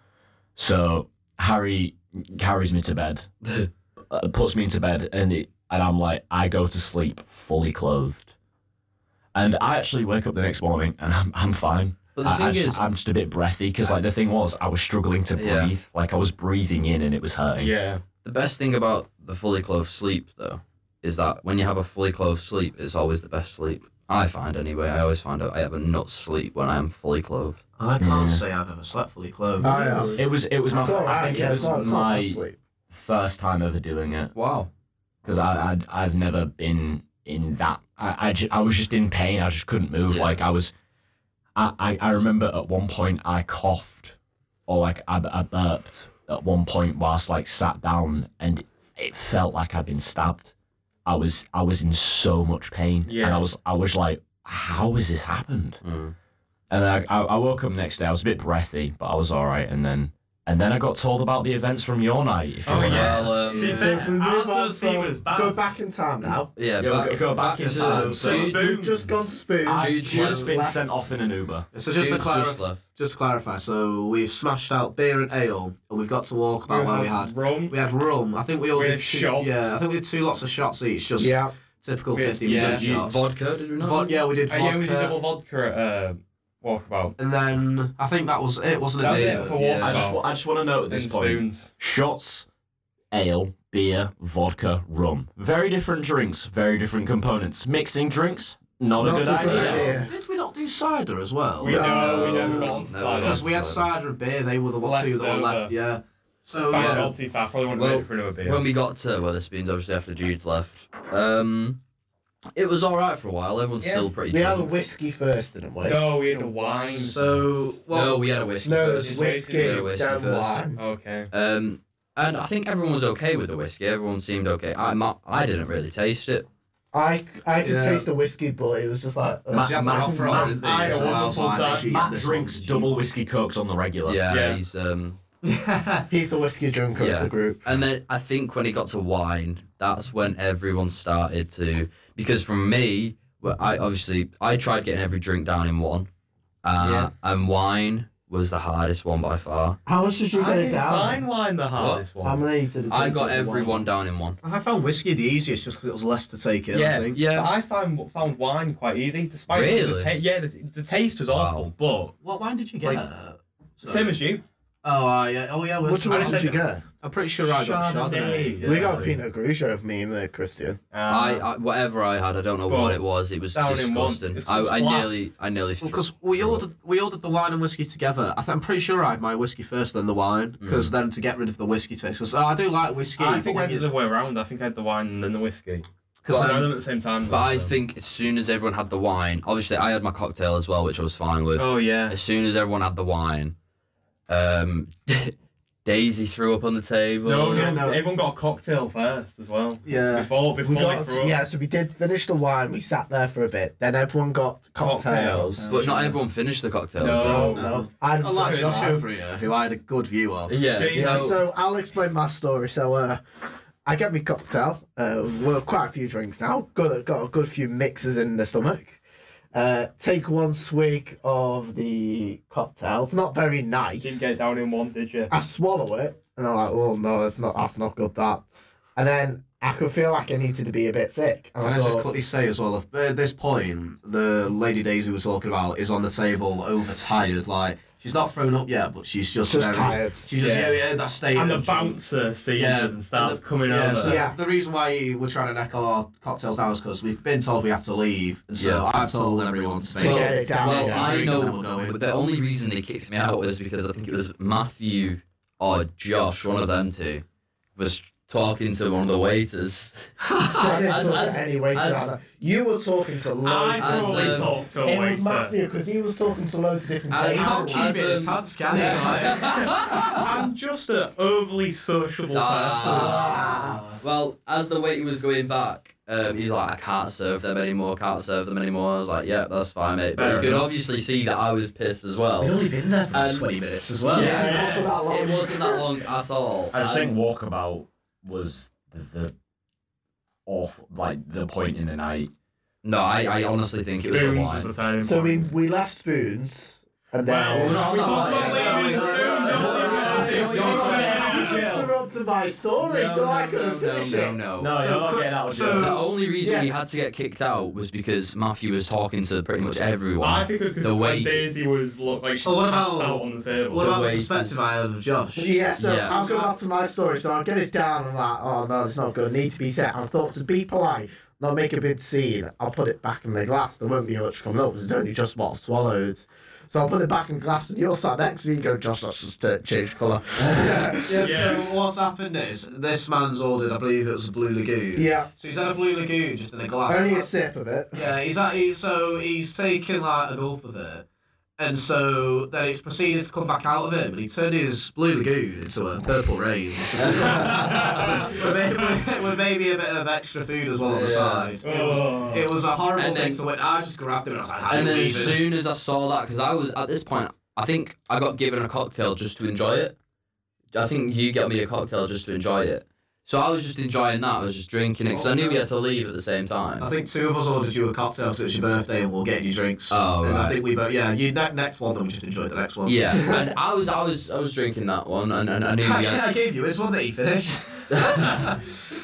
Speaker 4: So Harry carries me to bed, uh, puts me into bed, and it, and I'm like, I go to sleep fully clothed. And I actually wake up the next morning and I'm, I'm fine.
Speaker 2: But the
Speaker 4: I,
Speaker 2: thing
Speaker 4: I just,
Speaker 2: is,
Speaker 4: I'm just a bit breathy because like the thing was, I was struggling to breathe.
Speaker 2: Yeah.
Speaker 4: Like I was breathing in and it was hurting.
Speaker 6: Yeah.
Speaker 2: the best thing about the fully clothed sleep though is that when you have a fully clothed sleep, it's always the best sleep. I find anyway. I always find out I have a nut sleep when I am fully clothed.
Speaker 3: I can't
Speaker 4: Yeah.
Speaker 3: say I've ever slept fully clothed.
Speaker 6: Uh,
Speaker 5: I have.
Speaker 4: It was it was my
Speaker 5: It's all
Speaker 4: I
Speaker 5: right,
Speaker 4: think
Speaker 5: Ah, yeah,
Speaker 4: it
Speaker 5: it's
Speaker 4: was
Speaker 5: all- it's all
Speaker 4: my
Speaker 5: bad sleep.
Speaker 4: first time ever doing it.
Speaker 2: Wow.
Speaker 4: because I, I I've never been in that. I I, ju- I was just in pain. I just couldn't move.
Speaker 2: Yeah.
Speaker 4: Like I was, I, I I remember at one point I coughed or like I, I burped at one point whilst like sat down, and it felt like I'd been stabbed. I was I was in so much pain, and
Speaker 6: Yeah.
Speaker 4: I was I was like, how has this happened?
Speaker 2: Hmm.
Speaker 4: And I, I I woke up next day. I was a bit breathy, but I was all right. And then and then I got told about the events from your night. If you
Speaker 6: Oh,
Speaker 4: wanna-
Speaker 6: yeah.
Speaker 2: Well, um,
Speaker 6: See,
Speaker 2: yeah,
Speaker 6: so-
Speaker 5: if we move
Speaker 6: Arsenal
Speaker 5: on
Speaker 6: team
Speaker 5: from-
Speaker 6: was bad.
Speaker 5: Go back in time now.
Speaker 4: Yeah,
Speaker 2: back,
Speaker 4: go, go back,
Speaker 2: back
Speaker 4: into
Speaker 2: to-
Speaker 4: the-
Speaker 2: so-
Speaker 6: Spoons.
Speaker 5: We've just gone to spoons.
Speaker 4: I've
Speaker 2: Jude
Speaker 4: just
Speaker 2: Law.
Speaker 4: been
Speaker 5: Left.
Speaker 4: sent off in an Uber.
Speaker 3: So just to,
Speaker 2: Jude's
Speaker 3: clarify,
Speaker 2: just left.
Speaker 3: just to clarify, so we've smashed out beer and ale, and we've got to walk about where we had.
Speaker 6: Rum.
Speaker 3: We had rum. I think we all
Speaker 6: We
Speaker 3: did
Speaker 6: had
Speaker 3: two,
Speaker 6: shots.
Speaker 3: Yeah, I think we had two lots of shots each. Just
Speaker 5: Yeah.
Speaker 3: typical
Speaker 6: We had-
Speaker 3: fifty
Speaker 6: yeah.
Speaker 3: percent
Speaker 6: You-
Speaker 3: shots.
Speaker 2: Vodka, did we not?
Speaker 3: Vod- yeah, we did
Speaker 6: Oh,
Speaker 3: vodka.
Speaker 6: yeah, we did double vodka at uh, Walkabout.
Speaker 3: And then I think that was it, wasn't it?
Speaker 6: That was
Speaker 3: David?
Speaker 6: it for
Speaker 2: yeah.
Speaker 4: I
Speaker 6: Walkabout.
Speaker 4: just, wa- I just want to note at this
Speaker 6: and
Speaker 4: point:
Speaker 6: spoons.
Speaker 4: shots, ale, beer, vodka, rum. Very different drinks, very different components. Mixing drinks, not,
Speaker 5: Not
Speaker 4: a good
Speaker 5: a
Speaker 4: idea.
Speaker 5: good idea.
Speaker 3: Did we not do cider as well?
Speaker 6: We
Speaker 5: No.
Speaker 6: know, we never got on
Speaker 2: No,
Speaker 6: cider.
Speaker 3: Because we had cider and beer, they were the
Speaker 6: Left
Speaker 3: two that were
Speaker 6: over.
Speaker 3: left, yeah. So,
Speaker 6: Fat,
Speaker 3: oh, yeah.
Speaker 6: well, too fat. Probably wouldn't
Speaker 2: Well,
Speaker 6: wait for another beer.
Speaker 2: When we got to Weatherspoons, obviously after Jude's left, um, it was all right for a while. Everyone's
Speaker 5: Yeah.
Speaker 2: still pretty.
Speaker 5: We had a
Speaker 2: drunk.
Speaker 5: whiskey first, didn't we?
Speaker 6: no, we had a wine.
Speaker 3: So, well,
Speaker 2: no, we had a whiskey.
Speaker 5: No, it
Speaker 2: first.
Speaker 5: was
Speaker 6: We had
Speaker 5: whiskey,
Speaker 2: a whiskey
Speaker 5: then
Speaker 2: first.
Speaker 5: wine.
Speaker 6: okay.
Speaker 2: Um, and I think everyone was okay with the whiskey. Everyone seemed okay. I ma- I didn't really taste it.
Speaker 5: I, I could
Speaker 3: Yeah.
Speaker 5: taste the whiskey, but it was just like. uh,
Speaker 4: Ma-
Speaker 3: she has
Speaker 4: ma-
Speaker 3: an offer on,
Speaker 4: ma-
Speaker 3: isn't
Speaker 4: I
Speaker 3: she?
Speaker 4: had a
Speaker 3: So,
Speaker 4: wonderful
Speaker 3: why did
Speaker 4: time.
Speaker 3: she get
Speaker 4: Matt
Speaker 3: this
Speaker 4: drinks
Speaker 3: one?
Speaker 4: double whiskey cokes on the regular.
Speaker 2: Yeah,
Speaker 6: Yeah.
Speaker 2: he's um.
Speaker 5: He's the whiskey drinker
Speaker 2: Yeah.
Speaker 5: of the group.
Speaker 2: And then I think when he got to wine, that's when everyone started to because for me, well, I obviously I tried getting every drink down in one, uh, and wine was the hardest one by far.
Speaker 5: How much did you
Speaker 6: I
Speaker 5: get it
Speaker 6: did fine
Speaker 5: down?
Speaker 6: wine the hardest
Speaker 5: How
Speaker 6: one.
Speaker 5: many did it
Speaker 2: I
Speaker 5: take
Speaker 2: got
Speaker 5: you to
Speaker 2: everyone
Speaker 5: wine?
Speaker 2: down in one.
Speaker 3: I found whiskey the easiest just because it was less to take in, I
Speaker 6: Yeah.
Speaker 3: think.
Speaker 6: But
Speaker 2: Yeah,
Speaker 6: I found found wine quite easy, despite
Speaker 2: Really?
Speaker 6: the ta- yeah the, the taste was
Speaker 2: Wow.
Speaker 6: awful, but
Speaker 3: What wine did you Uh,
Speaker 6: get? same as you. Um,
Speaker 3: Oh, uh, yeah. Oh, yeah. Well,
Speaker 5: Which
Speaker 6: I
Speaker 5: one
Speaker 6: just
Speaker 5: did you
Speaker 6: said-
Speaker 5: get?
Speaker 3: I'm pretty sure I got
Speaker 6: Chardonnay.
Speaker 3: Chardonnay.
Speaker 5: We got a Pinot Grigio of me and uh, Christian.
Speaker 6: Uh,
Speaker 2: I, I whatever I had, I don't know what
Speaker 6: Well,
Speaker 2: it was. It was
Speaker 6: down in one.
Speaker 2: disgusting.
Speaker 6: It's 'cause
Speaker 2: I,
Speaker 6: it's
Speaker 2: I
Speaker 6: flat.
Speaker 2: nearly, I nearly. threw-
Speaker 3: Because we
Speaker 2: threw up.
Speaker 3: ordered we ordered the wine and whiskey together. I th- I'm pretty sure I had my whiskey first, then the wine, because then to get rid of the whiskey taste. Because I do like whiskey.
Speaker 6: Mm. I
Speaker 3: but
Speaker 6: think
Speaker 3: when
Speaker 6: I did
Speaker 3: you-
Speaker 6: the way around. I think I had the wine and then the whiskey.
Speaker 3: 'cause
Speaker 6: Because I had
Speaker 3: then-
Speaker 6: them at the same time.
Speaker 2: But I
Speaker 6: so-
Speaker 2: think as soon as everyone had the wine, obviously I had my cocktail as well, which I was fine with.
Speaker 6: Oh yeah.
Speaker 2: As soon as everyone had the wine, um, <laughs> Daisy threw up on the table.
Speaker 6: No, no,
Speaker 5: Yeah,
Speaker 6: no.
Speaker 5: no.
Speaker 6: Everyone got a cocktail first as well.
Speaker 3: yeah.
Speaker 6: Before,
Speaker 5: We
Speaker 6: before they
Speaker 5: got,
Speaker 6: threw up.
Speaker 5: yeah, so we did finish the wine. We sat there for a bit. Then everyone got cocktails.
Speaker 6: Cocktails.
Speaker 2: But not everyone finished the cocktails.
Speaker 6: No.
Speaker 5: No, I didn't
Speaker 3: Unlike
Speaker 5: finish
Speaker 3: Josh
Speaker 5: mine.
Speaker 3: over here, who I had a good view of.
Speaker 2: Yeah.
Speaker 5: Yeah,
Speaker 6: So-
Speaker 5: so I'll explain my story. So uh, I get me cocktail. Uh, well, quite a few drinks now. Got got a good few mixes in the stomach. Uh, take one swig of the cocktail. It's not very nice.
Speaker 6: Didn't get down in one, did you?
Speaker 5: I swallow it, and I'm like, oh no, that's not that's not good. That, and then I could feel like I needed to be a bit sick. And
Speaker 3: Can I
Speaker 5: I
Speaker 3: just
Speaker 6: Oh.
Speaker 5: thought,
Speaker 3: quickly say as well, if- at this point, the Lady Daisy we were talking about is on the table, overtired. Like, she's not thrown up yet, but she's just,
Speaker 5: just
Speaker 3: very-
Speaker 5: tired.
Speaker 3: She's just,
Speaker 6: Yeah.
Speaker 3: yeah, yeah, that state.
Speaker 6: And the
Speaker 3: of-
Speaker 6: bouncer seizes
Speaker 3: Yeah,
Speaker 6: and starts
Speaker 3: and the-
Speaker 6: coming
Speaker 3: Yeah,
Speaker 6: over.
Speaker 3: so
Speaker 5: Yeah.
Speaker 3: the reason why we're trying to neck our cocktails now is because we've been told we have to leave, and so
Speaker 2: Yeah.
Speaker 3: I've told everyone to
Speaker 5: To
Speaker 3: make
Speaker 5: get it down.
Speaker 2: Well,
Speaker 5: again.
Speaker 2: I
Speaker 3: Drink and
Speaker 2: know,
Speaker 3: we'll go in.
Speaker 2: but the only reason they kicked me out was because I think it was Matthew or Josh, one of them two, was talking to one of the waiters.
Speaker 5: I didn't
Speaker 2: As-
Speaker 5: talk
Speaker 2: as-
Speaker 5: to any waiter
Speaker 2: as-
Speaker 5: either. You were talking to
Speaker 6: I
Speaker 5: loads. of
Speaker 6: probably
Speaker 2: As, um,
Speaker 6: talked to a
Speaker 5: It was
Speaker 4: uh,
Speaker 6: waiter.
Speaker 5: Matthew because he was talking to loads of different
Speaker 2: As-
Speaker 5: people.
Speaker 2: How cheap it is, pants
Speaker 3: scanning. <laughs>
Speaker 6: I'm just an overly sociable
Speaker 2: Ah.
Speaker 6: person.
Speaker 2: Well, as the waiter was going back, um, he's like, I can't serve them anymore, can't serve them anymore. I was like, yeah, that's fine, mate. But
Speaker 6: Fair
Speaker 2: you could
Speaker 6: enough.
Speaker 2: obviously see that I was pissed as well.
Speaker 3: We've only been there for
Speaker 2: And-
Speaker 3: 20 minutes as well.
Speaker 5: Yeah, it wasn't that long.
Speaker 2: It wasn't that long at all.
Speaker 4: I just
Speaker 2: And-
Speaker 4: think walkabout was the, the off like the point in the night.
Speaker 2: No, I, I honestly think it was the
Speaker 6: Spoons was
Speaker 2: wine.
Speaker 6: the turning
Speaker 5: So we
Speaker 6: point.
Speaker 5: we left spoons and
Speaker 6: Well,
Speaker 5: then.
Speaker 2: no,
Speaker 6: we
Speaker 2: no,
Speaker 6: talked about
Speaker 2: no,
Speaker 6: leaving
Speaker 3: no,
Speaker 6: soon,
Speaker 3: no,
Speaker 6: don't we?
Speaker 2: no, no,
Speaker 6: Don't
Speaker 2: no,
Speaker 6: we?
Speaker 5: You interrupted my story, so I couldn't finish
Speaker 2: no,
Speaker 5: it.
Speaker 2: no,
Speaker 4: No, you're not getting out of jail.
Speaker 2: The only reason we
Speaker 5: Yes.
Speaker 2: had to get kicked out was because Matthew was talking to pretty much everyone.
Speaker 6: I think it was
Speaker 2: The
Speaker 6: because like,
Speaker 2: waiter-
Speaker 6: Daisy was look, like she
Speaker 3: Oh, what
Speaker 6: passed
Speaker 3: about-
Speaker 6: out on the table.
Speaker 3: What about the
Speaker 2: waiters.
Speaker 3: perspective I had of Josh?
Speaker 5: Yeah, so
Speaker 2: Yeah.
Speaker 5: I'll go back to my story. So I'll get it down and like, oh no, it's not good. Need to be set. I thought to be polite, not make a big scene. I'll put it back in the glass. There won't be much coming up because it's only just what I've swallowed. So I'll put it back in the glass, and you're sat next to me. and go, Josh, that's just uh,
Speaker 3: <laughs>
Speaker 5: changed colour.
Speaker 3: yeah.
Speaker 6: Yeah.
Speaker 3: So what's happened is this man's ordered, I believe it was a blue lagoon.
Speaker 5: yeah,
Speaker 3: So he's had a blue lagoon just in a glass.
Speaker 5: only a sip of it.
Speaker 3: Yeah, he's at, he, so he's taken like a gulp of it, And so then it's proceeded to come back out of him, and he turned his blue lagoon into a
Speaker 2: <laughs>
Speaker 3: purple rain. with, maybe, with maybe a bit of extra food as well on the
Speaker 2: Yeah.
Speaker 3: side. It was,
Speaker 6: Oh.
Speaker 3: it was a horrible
Speaker 2: And
Speaker 3: thing.
Speaker 2: then-
Speaker 3: So when I just grabbed him, and I was like, "How
Speaker 2: And
Speaker 3: you
Speaker 2: then as
Speaker 3: leaving?"
Speaker 2: soon as I saw that, because I was at this point, I think I got given a cocktail just to enjoy it. I think you got me a cocktail just to enjoy it. So I was just enjoying that. I was just drinking it because I knew we had to leave at the same time.
Speaker 3: I think two of us ordered you a cocktail because it's your birthday and we'll get you drinks.
Speaker 2: Oh,
Speaker 3: and I
Speaker 2: right.
Speaker 3: think we both, yeah, you that next one, then we just enjoyed the next one.
Speaker 2: yeah, and I was, I was, I was drinking that one, and, and I knew we had,
Speaker 3: <laughs> I gave you. It's one that
Speaker 2: <laughs>
Speaker 3: he finished. <laughs>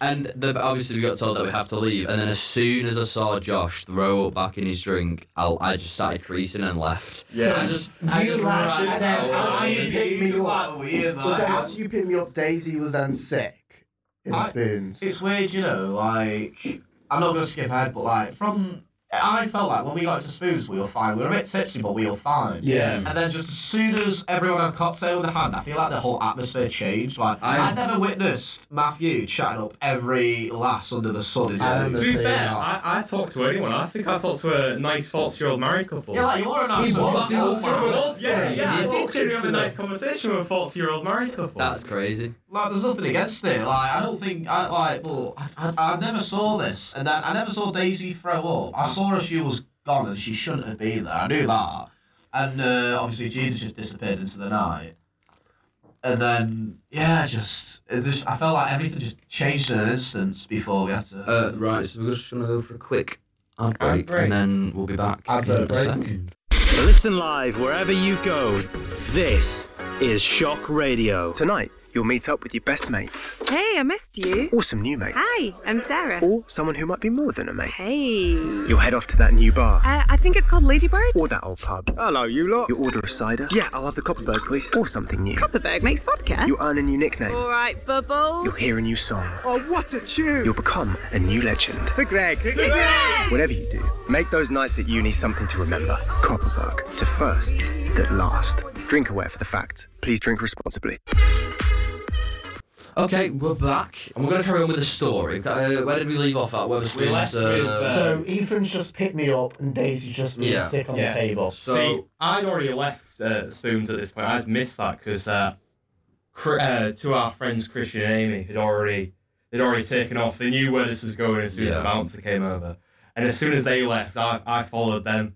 Speaker 2: and the, obviously we got told that we have to leave. And then as soon as I saw Josh throw up back in his drink, I, I just started creasing and left.
Speaker 6: Yeah.
Speaker 2: I just, I
Speaker 5: You
Speaker 2: just
Speaker 5: laughed
Speaker 2: ran
Speaker 5: it down.
Speaker 2: out.
Speaker 5: I- you picked me up.
Speaker 3: Weird,
Speaker 5: Well, so
Speaker 3: like-
Speaker 5: after you picked me up, Daisy was then sick in
Speaker 3: I-
Speaker 5: spoons.
Speaker 3: It's weird, you know, like, I'm not going to skip ahead, but like, from. I felt like when we got to Spoons, we were fine. We were a bit tipsy, but we were fine.
Speaker 5: Yeah.
Speaker 3: And then just as soon as everyone had a cocktail in their hand, I feel like the whole atmosphere changed. Like, I,
Speaker 2: I-
Speaker 3: would never witnessed Matthew chatting up every lass under the sun in
Speaker 5: I
Speaker 6: To
Speaker 3: Spoons.
Speaker 5: remember-
Speaker 6: be
Speaker 5: Say
Speaker 6: fair,
Speaker 5: that.
Speaker 6: I, I talk to anyone. I think I talk to a nice 40 year old married couple.
Speaker 3: Yeah, like, you're a nice
Speaker 5: He
Speaker 3: one. Oh
Speaker 5: was,
Speaker 3: That
Speaker 5: he
Speaker 3: was-
Speaker 5: was good.
Speaker 6: Well, yeah,
Speaker 5: Yeah,
Speaker 6: yeah. I
Speaker 5: yeah.
Speaker 6: did generally have a nice conversation with a 40 year old married couple.
Speaker 2: That's crazy.
Speaker 3: Like, there's nothing against it. Like, I don't think, I, like, well, I, I, I never saw this. And then I never saw Daisy throw up. I saw her, she was gone and she shouldn't have been there. I knew that. And uh, obviously, Jesus just disappeared into the night. And then, yeah, just, it just, I felt like everything just changed in an instant before we had to.
Speaker 2: Uh, right, so we're just gonna go for a quick ad break,
Speaker 6: break.
Speaker 2: and then we'll be back
Speaker 5: Advert
Speaker 2: in
Speaker 5: break.
Speaker 2: a second.
Speaker 7: Listen live wherever you go. This is Shock Radio.
Speaker 8: Tonight, you'll meet up with your best mates,
Speaker 9: Hey, I missed you.
Speaker 8: or some new mates,
Speaker 9: Hi, I'm Sarah.
Speaker 8: or someone who might be more than a mate.
Speaker 9: Hey. Uh,
Speaker 8: You'll head off to that new bar,
Speaker 9: I think it's called Ladybird.
Speaker 8: or that old pub. Hello, you lot. You'll order a cider. Yeah, I'll have the Copperberg, please. Or something new.
Speaker 9: Copperberg makes vodka.
Speaker 8: You'll earn a new nickname.
Speaker 9: All right, Bubbles.
Speaker 8: You'll hear a new song.
Speaker 7: Oh, what a tune!
Speaker 8: You'll become a new legend.
Speaker 7: To Greg.
Speaker 8: Whatever you do, make those nights at uni something to remember. Copperberg, to first, that last. Drink aware for the fact. Please drink responsibly.
Speaker 2: Okay, we're back, and we're gonna carry on with the story. Uh, where did we leave off at? Where was
Speaker 6: We left
Speaker 2: uh,
Speaker 6: with, uh,
Speaker 5: so Ethan's just picked me up and Daisy just was
Speaker 2: Yeah.
Speaker 5: sick on
Speaker 6: Yeah.
Speaker 5: the table.
Speaker 2: so
Speaker 6: See, I'd already left uh, Spoons at this point. I'd missed that because uh, Cr- uh, two of our friends, Christian and Amy, had already they'd already taken off. They knew where this was going as soon as
Speaker 2: Yeah.
Speaker 6: the bouncer came over, and as soon as they left, I, I followed them,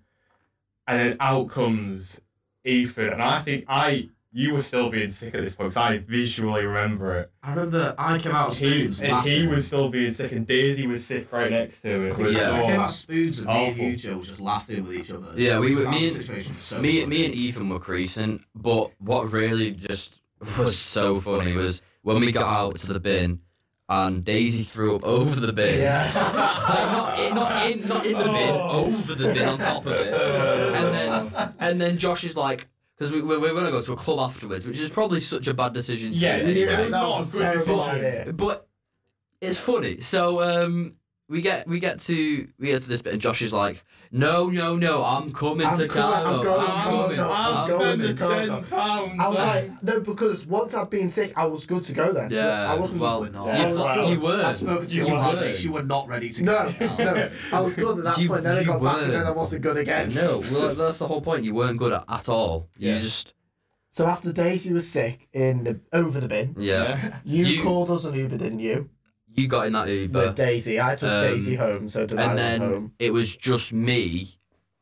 Speaker 6: and then out comes Ethan, and I think I you were still being sick at this point 'cause I visually remember it.
Speaker 3: I remember I came out of
Speaker 6: He
Speaker 3: Spoons.
Speaker 6: and he was still being sick, and Daisy was sick right next to him. It was
Speaker 2: Yeah.
Speaker 3: I came out of
Speaker 6: so-
Speaker 3: Spoons and me and you,
Speaker 6: awful.
Speaker 3: Joe, were just laughing with each other.
Speaker 2: Yeah, we were-
Speaker 3: That
Speaker 2: me and-
Speaker 3: situation was so
Speaker 2: me,
Speaker 3: funny.
Speaker 2: me and Ethan were creasing, but what really just <laughs> was so funny was when we got out to the bin, and Daisy threw up over the
Speaker 6: <laughs>
Speaker 2: bin.
Speaker 5: Yeah.
Speaker 2: <laughs>
Speaker 5: Oh.
Speaker 2: Like, <laughs> not, in, not, in, not in the bin,
Speaker 6: Oh.
Speaker 2: over the bin on top of
Speaker 5: <laughs>
Speaker 2: it. And then, and then Josh is like, because we, we, we're going to go to a club afterwards, which is probably such a bad decision. To
Speaker 6: yeah,
Speaker 2: do.
Speaker 6: it,
Speaker 5: Yeah,
Speaker 6: it was
Speaker 5: that
Speaker 6: not
Speaker 5: was
Speaker 6: a
Speaker 5: a
Speaker 6: good
Speaker 5: terrible
Speaker 6: decision.
Speaker 5: idea.
Speaker 2: but it's funny. So um, we get we get to we get to this bit, and Josh is like, "No, no, no, I'm coming
Speaker 5: I'm
Speaker 2: to
Speaker 5: coming, I'm
Speaker 2: Carlo.
Speaker 6: Oh.
Speaker 5: going,
Speaker 2: I'm coming.
Speaker 5: I'm
Speaker 2: I'm
Speaker 5: going,
Speaker 6: I'm
Speaker 5: going
Speaker 2: coming."
Speaker 5: to
Speaker 6: spending
Speaker 5: Coke.
Speaker 6: ten pounds.
Speaker 5: I was like, no, because once I've been sick, I was good to go then.
Speaker 2: Yeah,
Speaker 5: I wasn't.
Speaker 2: well,
Speaker 3: We're not.
Speaker 2: you,
Speaker 5: I was
Speaker 2: thought-
Speaker 5: good.
Speaker 2: you were.
Speaker 3: I spoke to you,
Speaker 2: You
Speaker 3: on
Speaker 2: were.
Speaker 3: that day. You were not ready
Speaker 2: <laughs>
Speaker 3: to
Speaker 5: No,
Speaker 3: go.
Speaker 5: no, I was good at that
Speaker 2: You-
Speaker 5: point. Then I
Speaker 2: you
Speaker 5: got back, and
Speaker 2: were.
Speaker 5: then I wasn't good again.
Speaker 2: No, well, that's the whole point. You weren't good at, at all. You
Speaker 6: Yeah.
Speaker 2: just
Speaker 5: So after Daisy was sick in the over the bin,
Speaker 2: yeah.
Speaker 4: oh,
Speaker 5: you,
Speaker 2: You-
Speaker 5: called us an Uber, didn't you?
Speaker 2: You got in that Uber.
Speaker 5: With Daisy, I took
Speaker 2: um,
Speaker 5: Daisy home, so did I
Speaker 2: and
Speaker 5: went
Speaker 2: then
Speaker 5: home.
Speaker 2: it was just me,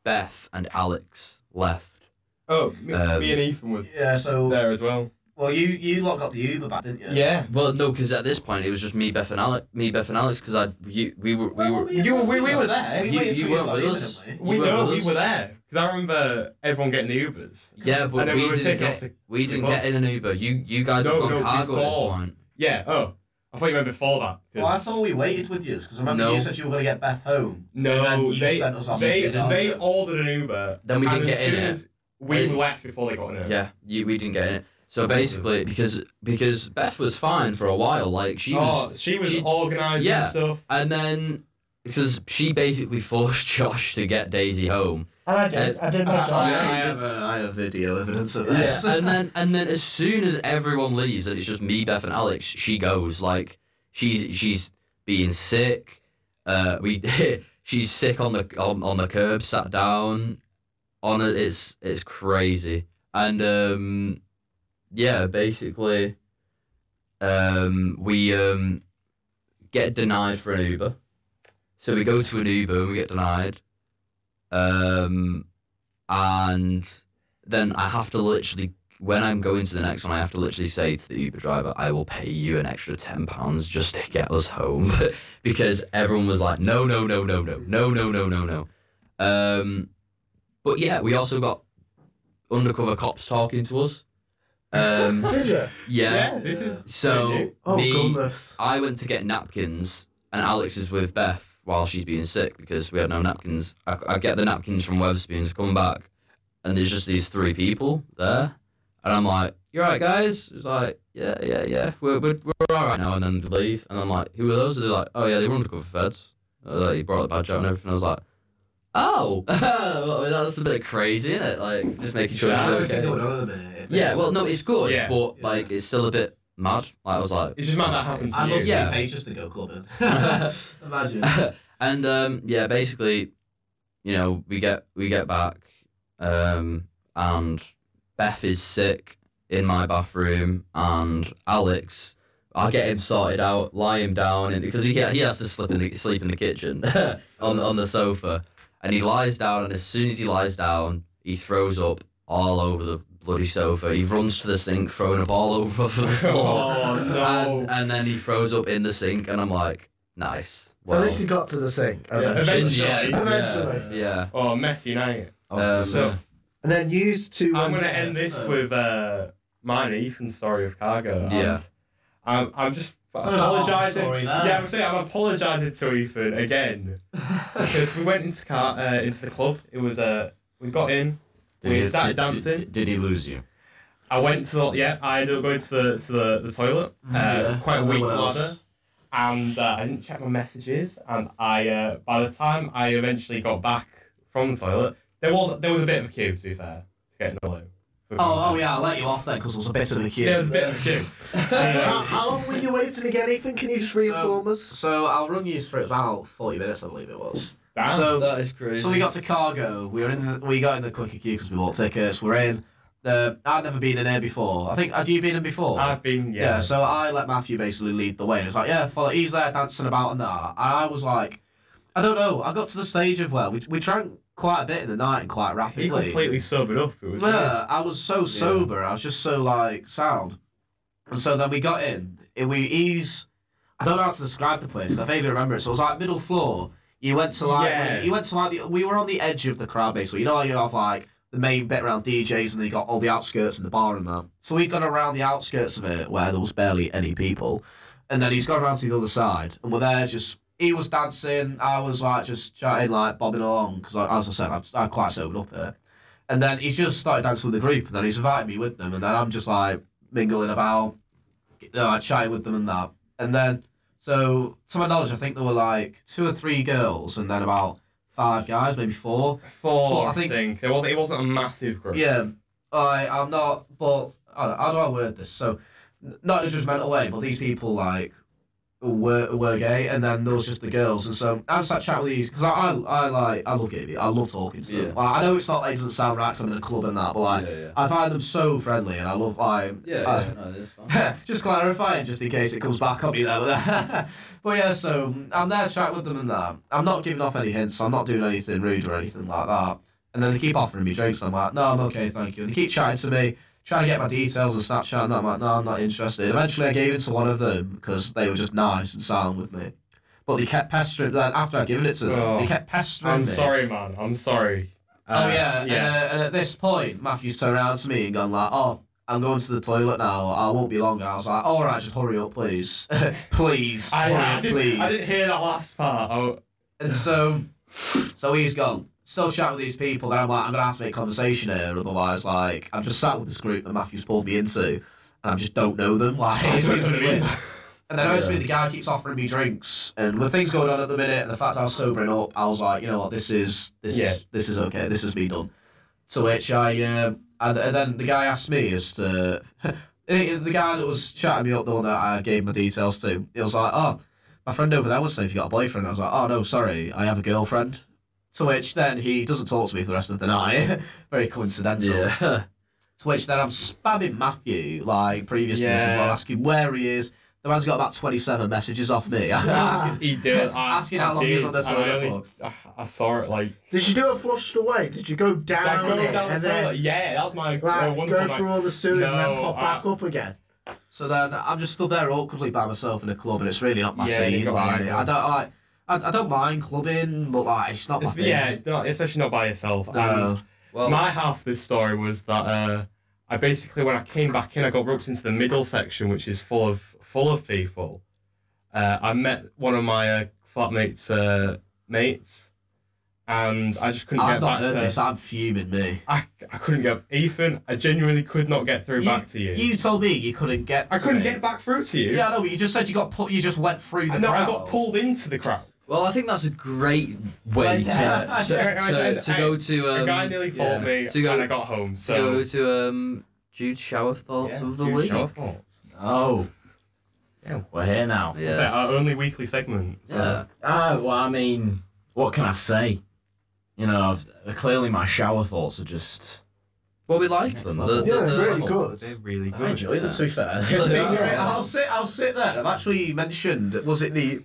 Speaker 2: Beth, and Alex left.
Speaker 6: Oh, me,
Speaker 2: Um,
Speaker 6: me and Ethan were
Speaker 3: Yeah, so
Speaker 6: there as well.
Speaker 3: well, you you lot got the Uber back, didn't you?
Speaker 6: Yeah.
Speaker 2: Well, no, because at this point it was just me, Beth, and Alex. Me, Beth, and Alex, because I you, we were
Speaker 3: Oh,
Speaker 2: we were
Speaker 6: You were, we, we were there.
Speaker 2: You- you weren't with us.
Speaker 6: we
Speaker 2: you were
Speaker 6: know
Speaker 2: with
Speaker 6: we
Speaker 2: us.
Speaker 6: were there because I remember everyone getting the Ubers.
Speaker 2: yeah, but
Speaker 6: then
Speaker 2: we,
Speaker 6: we were
Speaker 2: didn't
Speaker 6: taking
Speaker 2: get
Speaker 6: off to-
Speaker 2: we
Speaker 6: to
Speaker 2: didn't
Speaker 6: club.
Speaker 2: get in an Uber. You you guys
Speaker 6: No,
Speaker 2: have gone
Speaker 6: no,
Speaker 2: cargo
Speaker 6: before.
Speaker 2: at this point.
Speaker 6: Yeah. Oh, I thought you meant before that. 'cause-
Speaker 3: Well, I thought we waited with you because I remember
Speaker 2: No.
Speaker 3: you said you were going to get Beth home. and then
Speaker 6: No,
Speaker 3: you
Speaker 6: they
Speaker 3: sent us off
Speaker 6: they,
Speaker 3: to the
Speaker 6: they <laughs>
Speaker 3: doctor.
Speaker 6: ordered an Uber.
Speaker 2: Then we
Speaker 6: and
Speaker 2: didn't
Speaker 6: as
Speaker 2: get in
Speaker 6: soon
Speaker 2: it.
Speaker 6: as We
Speaker 2: I-
Speaker 6: left before they got in it.
Speaker 2: Yeah, you, we didn't get in it. So
Speaker 6: Okay.
Speaker 2: basically, because because Beth was fine for a while, like she
Speaker 6: Oh,
Speaker 2: was,
Speaker 6: she was
Speaker 2: she-
Speaker 6: organised and
Speaker 2: yeah.
Speaker 6: stuff.
Speaker 2: and then because she basically <laughs> forced Josh to get Daisy home.
Speaker 5: And I did. I did
Speaker 3: I,
Speaker 5: my job.
Speaker 3: I, I have a, I have video evidence of this.
Speaker 2: and
Speaker 3: <laughs>
Speaker 2: then and then as soon as everyone leaves and it's just me, Beth, and Alex, she goes like she's she's being <laughs> sick. Uh, we she's sick on the on, on the curb, sat down. on it, it's it's crazy. And um, yeah, basically, um, we um, get denied for an Uber. So we go to an Uber and we get denied. Um, and then I have to literally, when I'm going to the next one, I have to literally say to the Uber driver, I will pay you an extra £10 just to get us home. <laughs> because everyone was like, no, no, no, no, no, no, no, no, no, no. Um, but yeah, we also got undercover cops talking to us. Um,
Speaker 5: Did you?
Speaker 2: yeah.
Speaker 6: Yeah, this is
Speaker 2: So
Speaker 5: Oh,
Speaker 2: me,
Speaker 5: goodness.
Speaker 2: I went to get napkins, and Alex is with Beth while she's being sick because we had no napkins. I, I get the napkins from Weatherspoons, come back, and there's just these three people there, and I'm like, "You all right, guys?" It's like, "Yeah, yeah, yeah, we're we're, we're all right now," and then they leave, and I'm like, "Who are those?" And they're like, "Oh yeah, they were undercover feds." I was like, he brought the badge out and everything. I was like. Oh, <laughs> well, that's a bit crazy, isn't it? Like just making sure.
Speaker 3: I
Speaker 2: it's
Speaker 3: don't think
Speaker 2: okay.
Speaker 3: it would have been a minute.
Speaker 2: Yeah, well, no, it's good,
Speaker 6: Yeah.
Speaker 2: but like it's still a bit mad. Like, I was like,
Speaker 6: It's just mad that happens to
Speaker 3: I'd
Speaker 6: you.
Speaker 3: love to
Speaker 2: Yeah.
Speaker 3: yeah. pay just to go <laughs> clubbing. <laughs> Imagine.
Speaker 2: <laughs> and um, yeah, basically, you know, we get we get back, um, and Beth is sick in my bathroom, and Alex, I get him sorted out, lie him down, and because he he has to sleep in the sleep in the kitchen <laughs> on on the sofa, and he lies down, and as soon as he lies down, he throws up all over the bloody sofa. He runs to the sink, throwing up all over the <laughs> floor.
Speaker 6: Oh no!
Speaker 2: And, and then he throws up in the sink, and I'm like, nice.
Speaker 5: At least he got to the sink.
Speaker 6: Yeah.
Speaker 5: eventually.
Speaker 6: Eventually.
Speaker 2: Yeah,
Speaker 5: Eventually.
Speaker 2: Yeah.
Speaker 6: oh, Mess United.
Speaker 2: Um,
Speaker 6: So
Speaker 5: And then used to.
Speaker 6: I'm
Speaker 5: when-
Speaker 6: gonna end this with uh, mine and Ethan's story of cargo. and
Speaker 2: Yeah.
Speaker 6: I'm I'm just
Speaker 3: It's not a hard
Speaker 6: apologising.
Speaker 3: story, no.
Speaker 6: Yeah, I'm saying I'm apologising to Ethan
Speaker 3: <laughs>
Speaker 6: again because we went into car uh, into the club. It was uh, we got in.
Speaker 4: Did
Speaker 6: we
Speaker 4: he-
Speaker 6: started
Speaker 4: did-
Speaker 6: dancing.
Speaker 4: Did, did he lose you?
Speaker 6: I went to the yeah. I ended up going to the to the, the toilet. Uh,
Speaker 3: Mm, Yeah.
Speaker 6: Quite a
Speaker 3: And then
Speaker 6: weak
Speaker 3: what else?
Speaker 6: bladder, and uh, I didn't check my messages. And I uh, by the time I eventually got back from the toilet, there was there was a bit of a queue to be fair to get in the loo.
Speaker 3: Oh, oh yeah, I let you off then because it was a bit of a queue.
Speaker 6: There was a bit of
Speaker 3: <laughs>
Speaker 6: a queue.
Speaker 5: How,
Speaker 6: Uh,
Speaker 5: how long were you waiting to get anything? Can you just reinform us?
Speaker 3: So I'll run you through it about forty minutes, I believe it was.
Speaker 6: damn.
Speaker 3: So
Speaker 2: that is crazy.
Speaker 3: So we got to cargo. We were in. The, we got in the quicker queue because we bought tickets. We're in. Uh, I'd never been in here before. I think had you been in before?
Speaker 6: I've been
Speaker 3: yeah.
Speaker 6: yeah.
Speaker 3: So I let Matthew basically lead the way. And it's like yeah, follow, he's there dancing about and that. And I was like, I don't know. I got to the stage of well, we we drank quite a bit in the night and quite
Speaker 6: he
Speaker 3: rapidly.
Speaker 6: completely sobered up. It was
Speaker 3: Yeah, I was so sober. I was just so like sound. And so then we got in. It, we ease. I don't know how to describe the place. but I vaguely remember it. So it was like middle floor. You went to like
Speaker 6: Yeah.
Speaker 3: you went to like the, we were on the edge of the crowd basically. You know how you have like the main bit around DJs and then you got all the outskirts and the bar and that. So we got around the outskirts of it where there was barely any people. And then he's gone around to the other side and we're there just he was dancing, I was like just chatting, like bobbing along because, like, as I said, I, I quite sobered up here. And then he's just started dancing with the group, and then he's invited me with them, and then I'm just like mingling about, you know, like, uh, chatting with them and that. And then, so to my knowledge, I think there were like two or three girls, and then about five guys, maybe four.
Speaker 6: Four,
Speaker 3: Well, I
Speaker 6: I
Speaker 3: think-
Speaker 6: think. It wasn't. It wasn't a massive group.
Speaker 3: Yeah, I I'm not, but I don't, how do I word this? So, n- not in a judgmental way, but these people like were were gay, and then there was just the girls, and so I just like chatting with these because I, I I like I love gay people. I love talking to
Speaker 2: Yeah.
Speaker 3: them. Like, I know it's not like, it doesn't sound right 'cause I'm in a club and that, but like
Speaker 2: Yeah, yeah.
Speaker 3: I find them so friendly, and I love like
Speaker 2: Yeah,
Speaker 3: I-
Speaker 2: yeah, no, that's fine.
Speaker 3: <laughs> just clarifying, just in case it comes back on me there. But, <laughs> but yeah, so I'm there chatting with them and that. I'm not giving off any hints. I'm not doing anything rude or anything like that. And then they keep offering me drinks. I'm like, no, I'm okay, thank you. And they keep chatting to me, trying to get my details and Snapchat. And I'm like, no, I'm not interested. Eventually, I gave it to one of them because they were just nice and silent with me. But they kept pestering. Then after I given it to them,
Speaker 6: Oh,
Speaker 3: they kept pestering
Speaker 6: I'm
Speaker 3: me.
Speaker 6: sorry, man. I'm sorry.
Speaker 3: Oh
Speaker 6: Uh,
Speaker 3: yeah,
Speaker 6: Yeah.
Speaker 3: And, uh, and at this point, Matthew's turned around to me and gone like, "Oh, I'm going to the toilet now. I won't be long." I was like, "All right, just hurry up, please, <laughs> please,
Speaker 6: I,
Speaker 3: hurry
Speaker 6: I,
Speaker 3: up, please."
Speaker 6: didn't, I didn't hear that last part. Oh, I,
Speaker 3: And so, so he's gone. Still chat with these people. Then I'm like, I'm gonna have to make conversation here, otherwise, like, I'm just sat with this group that Matthew's pulled me into, and I just don't know them. Like, it's
Speaker 6: don't know
Speaker 3: really
Speaker 6: them
Speaker 3: weird. And then eventually the guy keeps offering me drinks, and with things going on at the minute, and the fact I was sobering up, I was like, you know what, this is this
Speaker 6: Yeah.
Speaker 3: is this is okay, this has been done. To which I, uh, and, and then the guy asked me as to <laughs> the the guy that was chatting me up, the one that I gave my details to, he was like, oh, my friend over there was saying if you got a boyfriend. I was like, oh no, sorry, I have a girlfriend. To which then he doesn't talk to me for the rest of the night. <laughs> Very coincidental.
Speaker 2: Yeah.
Speaker 3: To which then I'm spamming Matthew, like previous to this as well,
Speaker 6: Yeah.
Speaker 3: asking where he is. The man's got about 27 messages off
Speaker 6: <laughs>
Speaker 3: me. <laughs>
Speaker 6: He did. I,
Speaker 3: Asking
Speaker 6: I
Speaker 3: Ah. how long he
Speaker 6: did,
Speaker 3: was on the
Speaker 6: and I
Speaker 3: toilet
Speaker 6: only- ah, I- I saw it like.
Speaker 5: Did you do it flushed away? Did you go
Speaker 6: Like,
Speaker 5: down
Speaker 6: go
Speaker 5: it
Speaker 6: down
Speaker 5: and
Speaker 6: the toilet.
Speaker 5: then
Speaker 6: Yeah, that was my my
Speaker 5: like,
Speaker 6: wonderful
Speaker 5: go
Speaker 6: night.
Speaker 5: through all the sewers and then
Speaker 6: No,
Speaker 5: pop back
Speaker 6: I-
Speaker 5: up again?
Speaker 3: So then I'm just stood there awkwardly by myself in a club, and it's really not my
Speaker 6: Yeah, you
Speaker 3: scene.
Speaker 6: got
Speaker 3: Like,
Speaker 6: me.
Speaker 3: I don't like. I, I don't mind clubbing, but like it's not my
Speaker 6: It's-
Speaker 3: thing.
Speaker 6: yeah, no, especially not by yourself.
Speaker 3: No.
Speaker 6: And
Speaker 2: Well,
Speaker 6: my half of this story was that uh, I basically, when I came back in, I got roped into the middle section, which is full of full of people. Uh, I met one of my uh, flatmates' uh, mates, and I just couldn't
Speaker 3: I've
Speaker 6: get
Speaker 3: not
Speaker 6: back
Speaker 3: heard
Speaker 6: to.
Speaker 3: this. I'm fuming me.
Speaker 6: I, I couldn't get Ethan. I genuinely could not get through back to you.
Speaker 3: You told me you couldn't get.
Speaker 6: I
Speaker 3: to
Speaker 6: couldn't
Speaker 3: me.
Speaker 6: get back through to you.
Speaker 3: Yeah, I know. But you just said you got put. You just went through the.
Speaker 6: no, I
Speaker 3: crowd.
Speaker 6: got pulled into the crowd.
Speaker 2: well, I think that's a great way to,
Speaker 3: Yeah.
Speaker 6: <laughs>
Speaker 2: to, to, to go to.
Speaker 6: a
Speaker 2: Um,
Speaker 6: guy nearly fought
Speaker 2: yeah.
Speaker 6: me,
Speaker 2: To go-
Speaker 6: and I got home.
Speaker 2: to go
Speaker 6: So
Speaker 2: to um, Jude's shower thoughts
Speaker 6: yeah,
Speaker 2: of the
Speaker 6: huge
Speaker 2: week.
Speaker 6: show of thoughts.
Speaker 4: Oh.
Speaker 6: Yeah.
Speaker 4: We're here now.
Speaker 2: Yes.
Speaker 6: So our only weekly segment. So.
Speaker 2: Yeah.
Speaker 4: Ah, well, I mean, what can I say? You know, I've, uh, clearly my shower thoughts are just.
Speaker 2: Well, we like
Speaker 4: Next
Speaker 2: them.
Speaker 4: level.
Speaker 2: The- the-
Speaker 5: Yeah,
Speaker 2: the-
Speaker 5: really good.
Speaker 6: They're really
Speaker 3: I
Speaker 6: good.
Speaker 3: enjoyed them. To be fair,
Speaker 2: Yeah.
Speaker 3: Yeah, I'll sit. I'll sit there. I've actually mentioned. Was it the?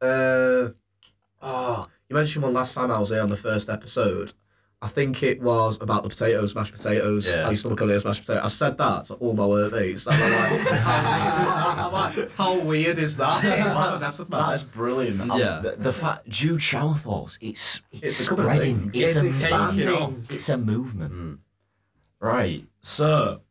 Speaker 3: Uh, oh, you mentioned one last time I was here on the first episode. I think it was about the potatoes, mashed potatoes.
Speaker 4: Yeah.
Speaker 3: I used to look at those mashed potatoes. I said that to all my workmates. And I'm like, <laughs> how, weird is that? I'm like, how weird is that? That's a
Speaker 4: That's brillied.
Speaker 2: Yeah.
Speaker 4: The, the fact Jude shower thoughts, it's it's,
Speaker 3: It's a couple of
Speaker 4: spreading.
Speaker 3: things.
Speaker 4: It's,
Speaker 6: It's
Speaker 4: a
Speaker 6: taking
Speaker 4: movement.
Speaker 6: off.
Speaker 4: It's a movement.
Speaker 2: Mm.
Speaker 4: Right. So,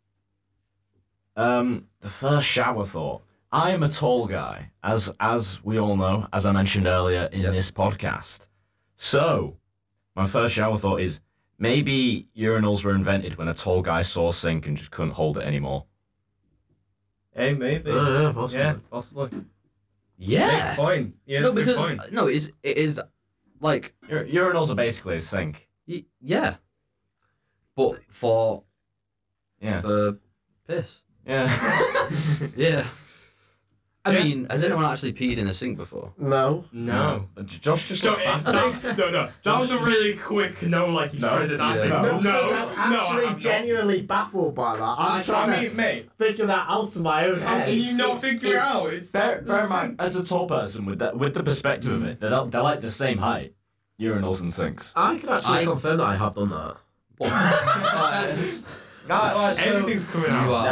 Speaker 4: um, the first shower thought. I am a tall guy, as as we all know, as I mentioned earlier in
Speaker 2: Yep.
Speaker 4: this podcast. So, my first shower thought is maybe urinals were invented when a tall guy saw a sink and just couldn't hold it anymore.
Speaker 6: Hey, maybe.
Speaker 3: yeah, possibly.
Speaker 6: yeah, possibly. Good
Speaker 2: Yeah.
Speaker 6: point. Yeah,
Speaker 2: no,
Speaker 6: that's a
Speaker 2: because
Speaker 6: good point.
Speaker 2: no, it is it is like
Speaker 4: Ur- urinals are basically a sink.
Speaker 2: y- yeah, but for
Speaker 4: Yeah.
Speaker 2: for piss.
Speaker 4: Yeah.
Speaker 2: Yeah. I
Speaker 6: Yeah.
Speaker 2: mean, has anyone actually peed in a sink before?
Speaker 5: No.
Speaker 4: <laughs>
Speaker 6: No.
Speaker 4: But J- Josh just.
Speaker 6: So
Speaker 4: got
Speaker 6: it,
Speaker 4: back.
Speaker 6: that, no, no, that was a really quick no, like you
Speaker 4: No.
Speaker 6: tried to
Speaker 2: Yeah.
Speaker 6: answer.
Speaker 4: No,
Speaker 6: No, no,
Speaker 5: because
Speaker 6: no,
Speaker 5: I'm actually
Speaker 6: I have not.
Speaker 5: genuinely baffled by that. I'm
Speaker 6: I-
Speaker 5: trying
Speaker 6: I
Speaker 5: to
Speaker 6: mean, mate,
Speaker 5: figure that out in my own
Speaker 6: how
Speaker 5: head.
Speaker 6: can you not figure it
Speaker 4: it's-
Speaker 6: out? It's
Speaker 4: Bear, bear in
Speaker 6: it's-
Speaker 4: mind, as a tall person with that, with the perspective of it, they're, they're like the same height. Urinals and sinks.
Speaker 3: I can actually
Speaker 2: I-
Speaker 3: confirm that I have done that. <laughs>
Speaker 6: Everything's coming
Speaker 2: You
Speaker 6: out.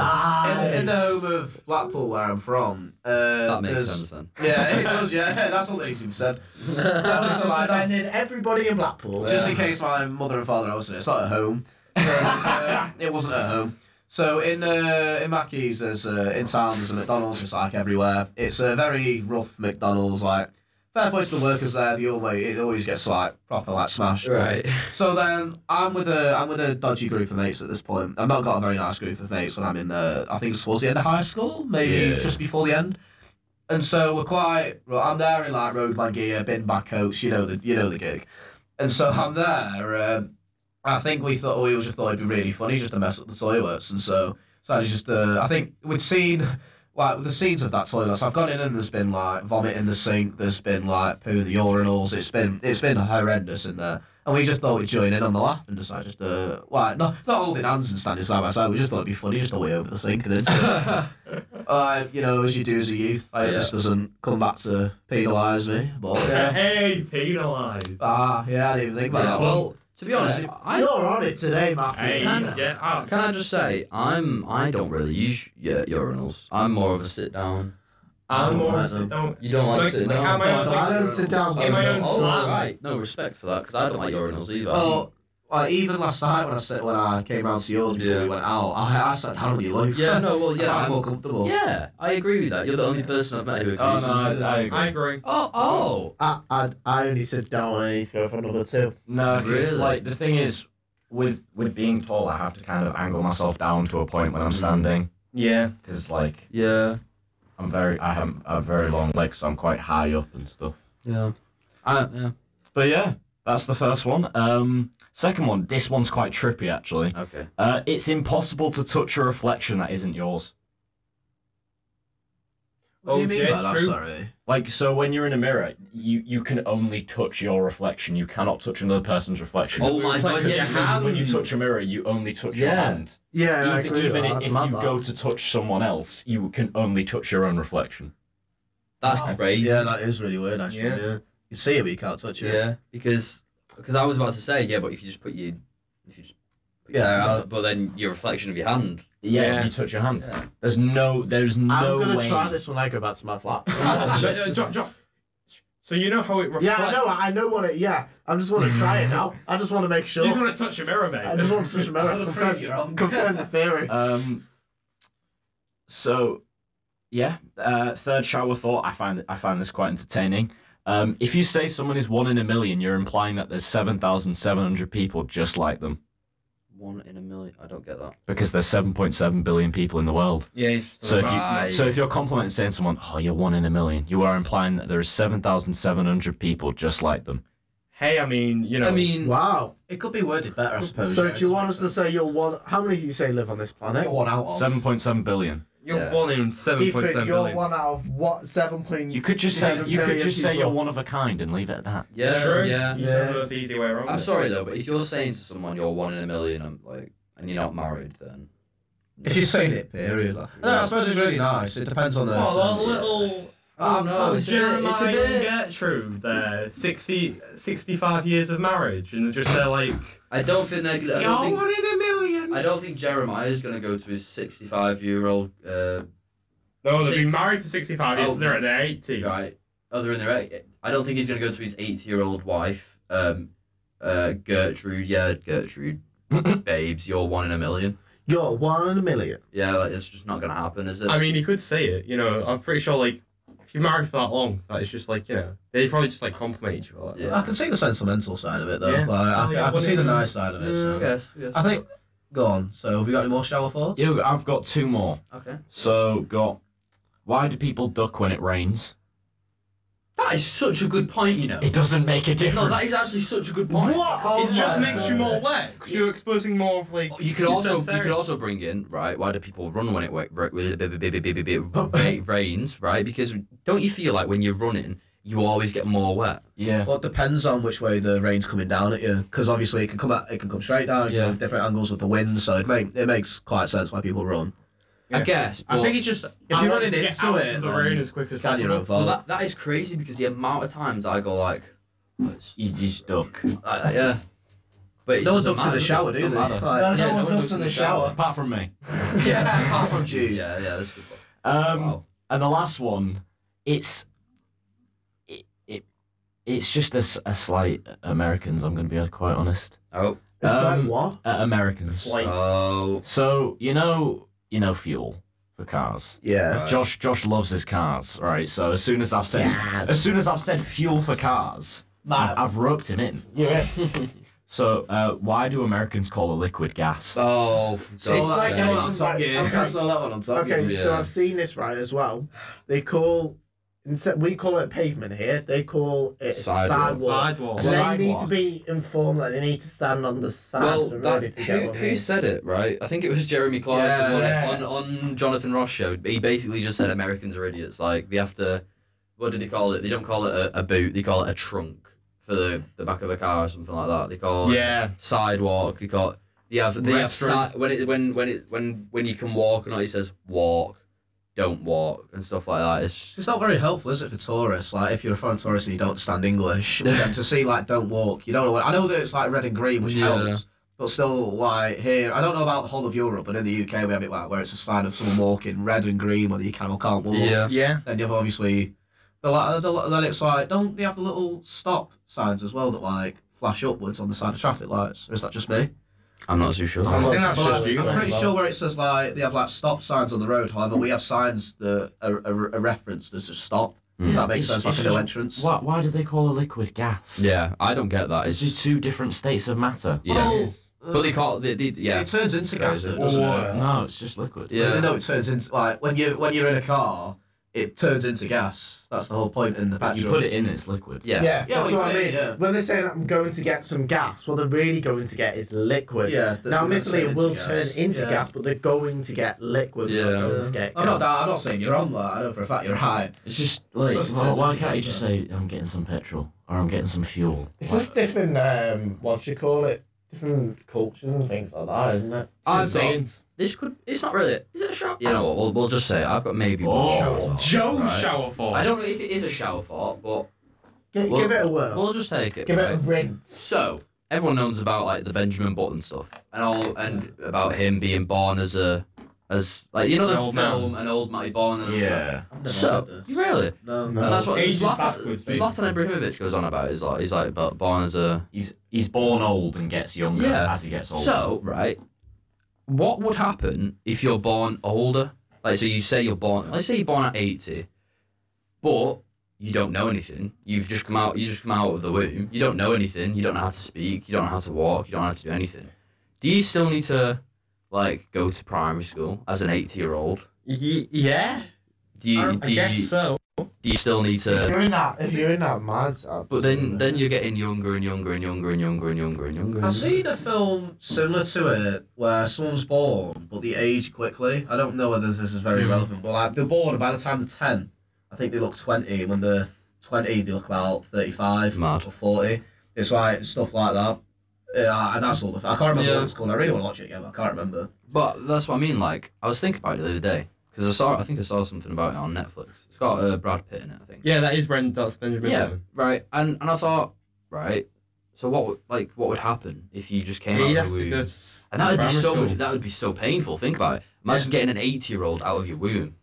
Speaker 2: are.
Speaker 3: in, in the
Speaker 2: um,
Speaker 3: home of Blackpool, where I'm from, uh,
Speaker 2: that makes
Speaker 3: there's-
Speaker 2: sense then.
Speaker 3: Yeah, it does. Yeah, <laughs> that's all that he's said. That was
Speaker 5: Just
Speaker 3: just like that.
Speaker 5: offended everybody in Blackpool.
Speaker 3: Just in case my mother and father are listening, it's not at home. So it, was, uh, it wasn't at home. So in uh, in Mackey's, there's uh, in town there's a McDonald's. It's like everywhere. It's a very rough McDonald's. Like fair place to the workers there. The always it always gets like proper like smashed.
Speaker 2: Right.
Speaker 3: So then I'm with a I'm with a dodgy group of mates at this point. I've not got a very nice group of mates when I'm in uh, I think it's towards the end of high school, maybe
Speaker 4: Yeah.
Speaker 3: just before the end. And so we're quite. Well, I'm there in like road my gear, bin back coats. You know the you know the gig. And so I'm there. Um, I think we thought we just thought it'd be really funny just to mess up the toilets. And so so I just uh, I think we'd seen. Like the scenes of that toilet, so I've gone in and there's been like vomit in the sink, there's been like poo in the urinals, it's been it's been horrendous in there. And we just thought we'd join in on the laugh and decide just uh why not not holding hands and standing side by side, we just thought it'd be funny just to way over the sink and into
Speaker 2: <laughs>
Speaker 3: it. uh, you know, as you do as a youth. I hope this
Speaker 2: Yeah.
Speaker 3: doesn't come back to penalise me.
Speaker 2: <laughs>
Speaker 3: But yeah.
Speaker 6: Hey, penalised.
Speaker 3: ah, yeah, I didn't even think about
Speaker 2: Yeah,
Speaker 3: that.
Speaker 2: well, to be honest, I
Speaker 5: You're on it today, Matthew.
Speaker 6: hey,
Speaker 2: Can-
Speaker 6: yeah. ah,
Speaker 2: Can I just say I'm I don't really use yeah, urinals. I'm more of a sit down.
Speaker 6: I'm
Speaker 3: don't
Speaker 6: more
Speaker 3: like
Speaker 6: sit
Speaker 3: them.
Speaker 6: down.
Speaker 2: You don't like
Speaker 6: Like-
Speaker 2: sitting
Speaker 6: like,
Speaker 2: down.
Speaker 6: am I
Speaker 5: No, I don't sit down.
Speaker 6: In my own
Speaker 2: oh,
Speaker 6: flat.
Speaker 2: right. No respect for that because I don't like urinals either.
Speaker 3: well, like, even last night when I said, when I came out to yours before
Speaker 2: Yeah.
Speaker 3: we went out, I, I sat down with you, Luke. <laughs>
Speaker 2: yeah, no, well,
Speaker 3: I
Speaker 2: yeah,
Speaker 3: felt
Speaker 2: I'm-
Speaker 3: more comfortable.
Speaker 2: yeah, I agree with that. You're the only person I've met who agrees.
Speaker 4: Oh, no, I, I agree.
Speaker 6: I agree.
Speaker 2: oh, oh,
Speaker 5: I, I, I only sit down when I need to go for another two.
Speaker 4: no, 'cause,
Speaker 2: Really?
Speaker 4: like, the thing is, with with being tall, I have to kind of angle myself down to a point when I'm standing.
Speaker 6: Yeah.
Speaker 4: Because, like,
Speaker 2: yeah,
Speaker 4: I'm very, I have a very long leg, so I'm quite high up and stuff.
Speaker 2: yeah. I, yeah.
Speaker 4: But yeah, that's the first one. Um, second one, this one's quite trippy, actually.
Speaker 2: Okay.
Speaker 4: Uh, it's impossible to touch a reflection that isn't yours.
Speaker 3: What
Speaker 2: Oh,
Speaker 3: do you mean
Speaker 6: Okay,
Speaker 3: by that?
Speaker 6: true.
Speaker 3: Sorry.
Speaker 4: Like so, when you're in a mirror, you you can only touch your reflection. You cannot touch another person's reflection.
Speaker 2: Oh my god,
Speaker 4: Because
Speaker 2: yeah,
Speaker 4: your hand, when you
Speaker 2: hands.
Speaker 4: touch a mirror, you only touch your
Speaker 2: Yeah.
Speaker 4: hand.
Speaker 5: Yeah, I
Speaker 4: even
Speaker 5: agree with
Speaker 4: even
Speaker 5: that.
Speaker 4: if
Speaker 5: That's
Speaker 4: you
Speaker 5: mad, that.
Speaker 4: go to touch someone else, you can only touch your own reflection.
Speaker 2: That's crazy.
Speaker 3: Oh, Yeah, that is really weird. Actually, yeah.
Speaker 6: Yeah.
Speaker 3: You see it, but you can't touch it.
Speaker 2: Yeah, because because I was about to say yeah, but if you just put your if you just put
Speaker 3: Yeah, uh,
Speaker 2: your hand
Speaker 3: I'll-
Speaker 2: up, but then your reflection of your hand.
Speaker 4: Yeah,
Speaker 6: Yeah.
Speaker 4: you touch your hand.
Speaker 2: Yeah.
Speaker 4: There's no, there's
Speaker 5: I'm
Speaker 4: no
Speaker 5: gonna
Speaker 4: way.
Speaker 5: try
Speaker 4: <laughs>
Speaker 5: this when I go back to
Speaker 6: <laughs>
Speaker 5: my flat.
Speaker 6: Ah, No, no, drop, drop. So you know how it reflects.
Speaker 5: yeah, I know. I know what it. Yeah, I just want to try it now. I just want to make sure.
Speaker 6: You want to touch a mirror, mate?
Speaker 5: I just
Speaker 6: <laughs>
Speaker 5: want such a <laughs> mirror. Confirm, confirm the theory.
Speaker 4: Um. So, yeah, uh, third shower thought. I find I find this quite entertaining. Um, if you say someone is one in a million, you're implying that there's seven thousand seven hundred people just like them
Speaker 2: One in a million. I don't get that.
Speaker 4: because there's seven point seven billion people in the world.
Speaker 6: yeah.
Speaker 4: So if you
Speaker 2: Right.
Speaker 4: so if you're complimenting saying to someone, oh, you're one in a million, you are implying that there is seven thousand seven hundred people just like them.
Speaker 6: hey, I mean, you know.
Speaker 2: I mean,
Speaker 5: Wow.
Speaker 3: It could be worded better, I suppose.
Speaker 5: So
Speaker 3: yeah,
Speaker 5: do you
Speaker 3: it
Speaker 5: want us
Speaker 3: does
Speaker 5: to
Speaker 3: make
Speaker 5: say you're one? How many do you say live on this
Speaker 3: sense.
Speaker 5: planet?
Speaker 3: Get one out of?
Speaker 4: Seven point seven billion.
Speaker 6: you're
Speaker 2: Yeah.
Speaker 6: one in seven point
Speaker 5: Ethan,
Speaker 6: seven
Speaker 5: you're
Speaker 6: billion.
Speaker 5: one out of what? Seven point.
Speaker 4: You could just say
Speaker 5: seven
Speaker 4: you could
Speaker 5: billion
Speaker 4: just say you're
Speaker 5: people.
Speaker 4: one of a kind and leave it at that.
Speaker 2: yeah,
Speaker 6: True.
Speaker 2: yeah.
Speaker 6: You
Speaker 5: Yeah.
Speaker 6: know that's the easy way around.
Speaker 2: I'm
Speaker 6: it.
Speaker 2: sorry though, but if you're saying to someone you're one in a million, I'm like, and you're not married, then
Speaker 3: If you're saying it, period. Like, no, I suppose it's really nice. It depends on the.
Speaker 6: Well, a little
Speaker 2: oh no,
Speaker 6: oh,
Speaker 2: it's a bit, it's a
Speaker 6: Jeremiah and
Speaker 2: bit.
Speaker 6: Gertrude there, 60, 65 years of marriage, and just they're like,
Speaker 2: I don't think they're. gonna- I
Speaker 6: you're
Speaker 2: don't think,
Speaker 6: one in a million.
Speaker 2: I don't think Jeremiah's gonna go to his 65 year old. Uh,
Speaker 6: No, they've been married for 65 years,
Speaker 2: Oh.
Speaker 6: and they're in their 80s.
Speaker 2: Right. Other in the right. I don't think he's gonna go to his eighty-year-old wife, um, uh, Gertrude. Yeah, Gertrude. Babes, you're one in a million.
Speaker 5: You're one in a million.
Speaker 2: Yeah, like, it's just not gonna happen, is it?
Speaker 6: I mean, he could say it, you know, I'm pretty sure, like, if you're married for that long, that it's just like, you know, they probably just, like, compliment each other. Like that.
Speaker 2: Yeah.
Speaker 3: I can see the sentimental side of it, though.
Speaker 6: Yeah.
Speaker 3: Like, I,
Speaker 6: Oh, yeah,
Speaker 3: I can
Speaker 6: what
Speaker 3: see
Speaker 6: do
Speaker 3: the
Speaker 6: you mean?
Speaker 3: nice side of it. So.
Speaker 2: yes. yes.
Speaker 3: I think. Go on. So, have you got any more shower thoughts?
Speaker 4: Yeah, I've got two more.
Speaker 2: Okay.
Speaker 4: So got why do people duck when it rains?
Speaker 2: That is such a good point, you know.
Speaker 4: It doesn't make a difference.
Speaker 2: No, that is actually such a good point.
Speaker 5: What?
Speaker 6: It just makes you more wet, 'cause you're exposing more of, like,
Speaker 2: Oh, You could
Speaker 6: your
Speaker 2: also you
Speaker 6: sensory-
Speaker 2: could also bring in right. Why do people run when it wa- ra- ra- ra- rains? Right, because don't you feel like when you're running, you always get more wet?
Speaker 4: yeah.
Speaker 3: Well, it depends on which way the rain's coming down at you, because obviously it can come at, it can come straight down. It
Speaker 2: Yeah.
Speaker 3: can have different angles with the wind, so it make, it makes quite sense why people run.
Speaker 2: I guess.
Speaker 6: I
Speaker 2: but-
Speaker 6: think it's just,
Speaker 3: you're
Speaker 6: I want
Speaker 3: running
Speaker 6: to get
Speaker 3: into
Speaker 6: out
Speaker 3: it,
Speaker 6: to the
Speaker 3: then
Speaker 6: rain as quick as
Speaker 3: Can't you
Speaker 6: possible.
Speaker 2: Well,
Speaker 3: that,
Speaker 2: that, that is crazy because the amount of times I go like, "Oh, it's-
Speaker 4: You just duck.
Speaker 2: uh, yeah, but it
Speaker 3: No one
Speaker 2: doesn't
Speaker 3: ducks in the
Speaker 2: matter,
Speaker 3: shower, do they?
Speaker 2: doesn't matter.
Speaker 3: Like,
Speaker 2: Yeah, no one looks in the shower.
Speaker 4: Apart from me.
Speaker 3: <laughs> yeah, apart
Speaker 2: <laughs>
Speaker 3: from Jews.
Speaker 2: Yeah, yeah, that's a good. point.
Speaker 4: Um,
Speaker 2: Wow.
Speaker 4: And the last one, it's it, it it's just a, s- a slight Americans. I'm going to be quite honest.
Speaker 2: Oh,
Speaker 5: It's
Speaker 4: Um,
Speaker 5: like what?
Speaker 4: Uh, Americans.
Speaker 6: Like,
Speaker 2: oh,
Speaker 4: So you know you know fuel for cars.
Speaker 5: Yeah.
Speaker 4: Uh, Josh Josh loves his cars, right? So as soon as I've said as soon as I've said fuel for cars, I've, I've roped him in. Yeah. <laughs> so uh, why do Americans call a liquid gas?
Speaker 2: oh, for
Speaker 3: So
Speaker 2: God's
Speaker 5: It's like
Speaker 2: sake.
Speaker 5: someone- it's like- okay.
Speaker 3: I saw that one on top.
Speaker 5: Okay, so
Speaker 2: yeah.
Speaker 5: I've seen this right as well. They call instead we call it pavement here. They call it
Speaker 2: Sidewalk.
Speaker 6: sidewalk.
Speaker 5: sidewalk. They need to
Speaker 4: Sidewalk.
Speaker 5: be informed that they need to stand on the side.
Speaker 2: Well,
Speaker 5: and
Speaker 2: that,
Speaker 5: really to get
Speaker 2: who,
Speaker 5: what I
Speaker 2: who
Speaker 5: mean.
Speaker 2: said it, right? I think it was Jeremy Clarkson
Speaker 3: Yeah.
Speaker 2: wasn't it? on, on Jonathan Ross show. He basically just said Americans are idiots. Like, they have to, what did he call it? They don't call it a, a boot, they call it a trunk for the, the back of a car or something like that. They call it
Speaker 6: Yeah.
Speaker 2: sidewalk. They got they have they have
Speaker 6: Restroom.
Speaker 2: si- when it when when it when when you can walk and all it says walk, don't walk and stuff like that. It's
Speaker 3: It's not very helpful, is it, for tourists? Like, if you're a foreign tourist and you don't understand English, <laughs> then to see, like, don't walk, you don't know what. I know that it's, like, red and green, which
Speaker 2: Yeah.
Speaker 3: helps, but still, like, here, I don't know about the whole of Europe, but in the UK, we have it, like, where it's a sign of someone walking red and green, whether you can or can't walk.
Speaker 6: Yeah.
Speaker 3: Then you have obviously, the, like, the, then it's like, don't they have the little stop signs as well that, like, flash upwards on the side of traffic lights? Or is that just me?
Speaker 2: I'm not too sure.
Speaker 6: I think that's
Speaker 3: But,
Speaker 6: just
Speaker 3: like,
Speaker 6: you.
Speaker 3: I'm pretty
Speaker 6: mate.
Speaker 3: sure where it says, like, they have, like, stop signs on the road, however, we have signs that are, are, are referenced as a stop. If that makes
Speaker 4: It's-
Speaker 3: sense, like
Speaker 4: it's
Speaker 3: a no
Speaker 4: just-
Speaker 3: entrance.
Speaker 4: Why, why do they call a liquid gas?
Speaker 2: Yeah, I don't get that.
Speaker 4: It's just
Speaker 2: It's
Speaker 4: two different states of matter.
Speaker 2: yeah, but they call they, they, yeah.
Speaker 3: It turns into gas, though,
Speaker 6: Or,
Speaker 3: doesn't it?
Speaker 4: No, it's just liquid.
Speaker 2: Yeah.
Speaker 3: No, it turns into like when you when you're in a car it turns into gas. That's the whole point in the
Speaker 4: You
Speaker 3: petrol.
Speaker 4: put it in, it's liquid.
Speaker 2: Yeah.
Speaker 5: Yeah,
Speaker 3: Yeah,
Speaker 5: that's
Speaker 3: well,
Speaker 5: what I
Speaker 3: yeah,
Speaker 5: mean.
Speaker 3: yeah.
Speaker 5: When they're saying I'm going to get some gas, what they're really going to get is liquid.
Speaker 3: Yeah, that-
Speaker 5: now,
Speaker 3: that's turn
Speaker 5: admittedly, it
Speaker 3: into
Speaker 5: will
Speaker 3: gas.
Speaker 5: turn into
Speaker 3: Yeah.
Speaker 5: gas, but they're going to get liquid. Yeah.
Speaker 2: Yeah.
Speaker 5: Going to get
Speaker 3: I'm not.
Speaker 5: gas.
Speaker 3: I'm not saying you're on that. I know for a fact you're high.
Speaker 4: It's just like,
Speaker 3: Plus it's
Speaker 4: why, why
Speaker 3: expensive,
Speaker 4: can't you just
Speaker 3: so-
Speaker 4: say I'm getting some petrol or I'm getting some fuel?
Speaker 5: It's
Speaker 4: Why-
Speaker 5: just different. Um, what do you call it? Different cultures and things like that, isn't it?
Speaker 2: I've got, this could. It's not really. Is it a shower? You know what? We'll, we'll just say it. I've got maybe one
Speaker 4: Oh,
Speaker 2: shower thought,
Speaker 6: Joe
Speaker 2: right?
Speaker 6: shower for.
Speaker 2: I don't know if it is a shower thought, but
Speaker 5: Give,
Speaker 2: Well-
Speaker 5: give it a whirl.
Speaker 2: we'll just take it.
Speaker 5: give
Speaker 2: right?
Speaker 5: it a rinse.
Speaker 2: So everyone knows about like the Benjamin Button stuff, and all, and about him being born as a, as like you know
Speaker 6: An
Speaker 2: the
Speaker 6: old
Speaker 2: film, an old mighty born. And
Speaker 4: yeah.
Speaker 2: So you really?
Speaker 3: No.
Speaker 5: No.
Speaker 2: And that's what
Speaker 6: Ages
Speaker 2: Zlatan,
Speaker 6: backwards,
Speaker 2: Zlatan Ibrahimovic goes on about. Is like he's like bu- born as a.
Speaker 4: He's he's born old and gets younger
Speaker 2: Yeah.
Speaker 4: as he gets older.
Speaker 2: So right, what would happen if you're born older? Like so, you say you're born. Let's say you're born at eighty, but you don't know anything. You've just come out. You just come out of the womb. You don't know anything. You don't know how to speak. You don't know how to walk. You don't know how to do anything. Do you still need to like go to primary school as an eighty-year-old?
Speaker 6: Y- yeah.
Speaker 2: Do you?
Speaker 5: Um,
Speaker 6: I
Speaker 2: Do
Speaker 6: guess
Speaker 2: you,
Speaker 6: so.
Speaker 2: do you still need to?
Speaker 5: If you're in that, if you're in that mindset.
Speaker 2: But then, then you're getting younger and younger and younger and younger and younger and younger.
Speaker 3: I've seen a film similar to it where someone's born but they age quickly. I don't know whether this is very
Speaker 2: Mm.
Speaker 3: relevant, but like they're born and by the time they're ten, I think they look twenty. When they're twenty, they look about thirty-five
Speaker 2: Mad.
Speaker 3: or forty. It's like stuff like that. Yeah, and that's all. The, I can't remember
Speaker 2: Yeah.
Speaker 3: what it's called. I really want to watch it again. But I can't remember.
Speaker 2: But that's what I mean. Like I was thinking about it the other day because I saw. I think I saw something about it on Netflix. It's got uh, Brad Pitt in it. I think.
Speaker 6: Yeah, that is Brendan. That's Benjamin.
Speaker 2: Yeah.
Speaker 6: Button.
Speaker 2: Right. And and I thought, right. So what would like what would happen if you just came
Speaker 6: He'd
Speaker 2: out
Speaker 6: have
Speaker 2: of the
Speaker 6: to
Speaker 2: womb?
Speaker 6: go to s-
Speaker 2: and that would be
Speaker 6: primary
Speaker 2: so much.
Speaker 6: school.
Speaker 2: That would be so painful. Think about it. Imagine getting an eighty-year-old out of your womb.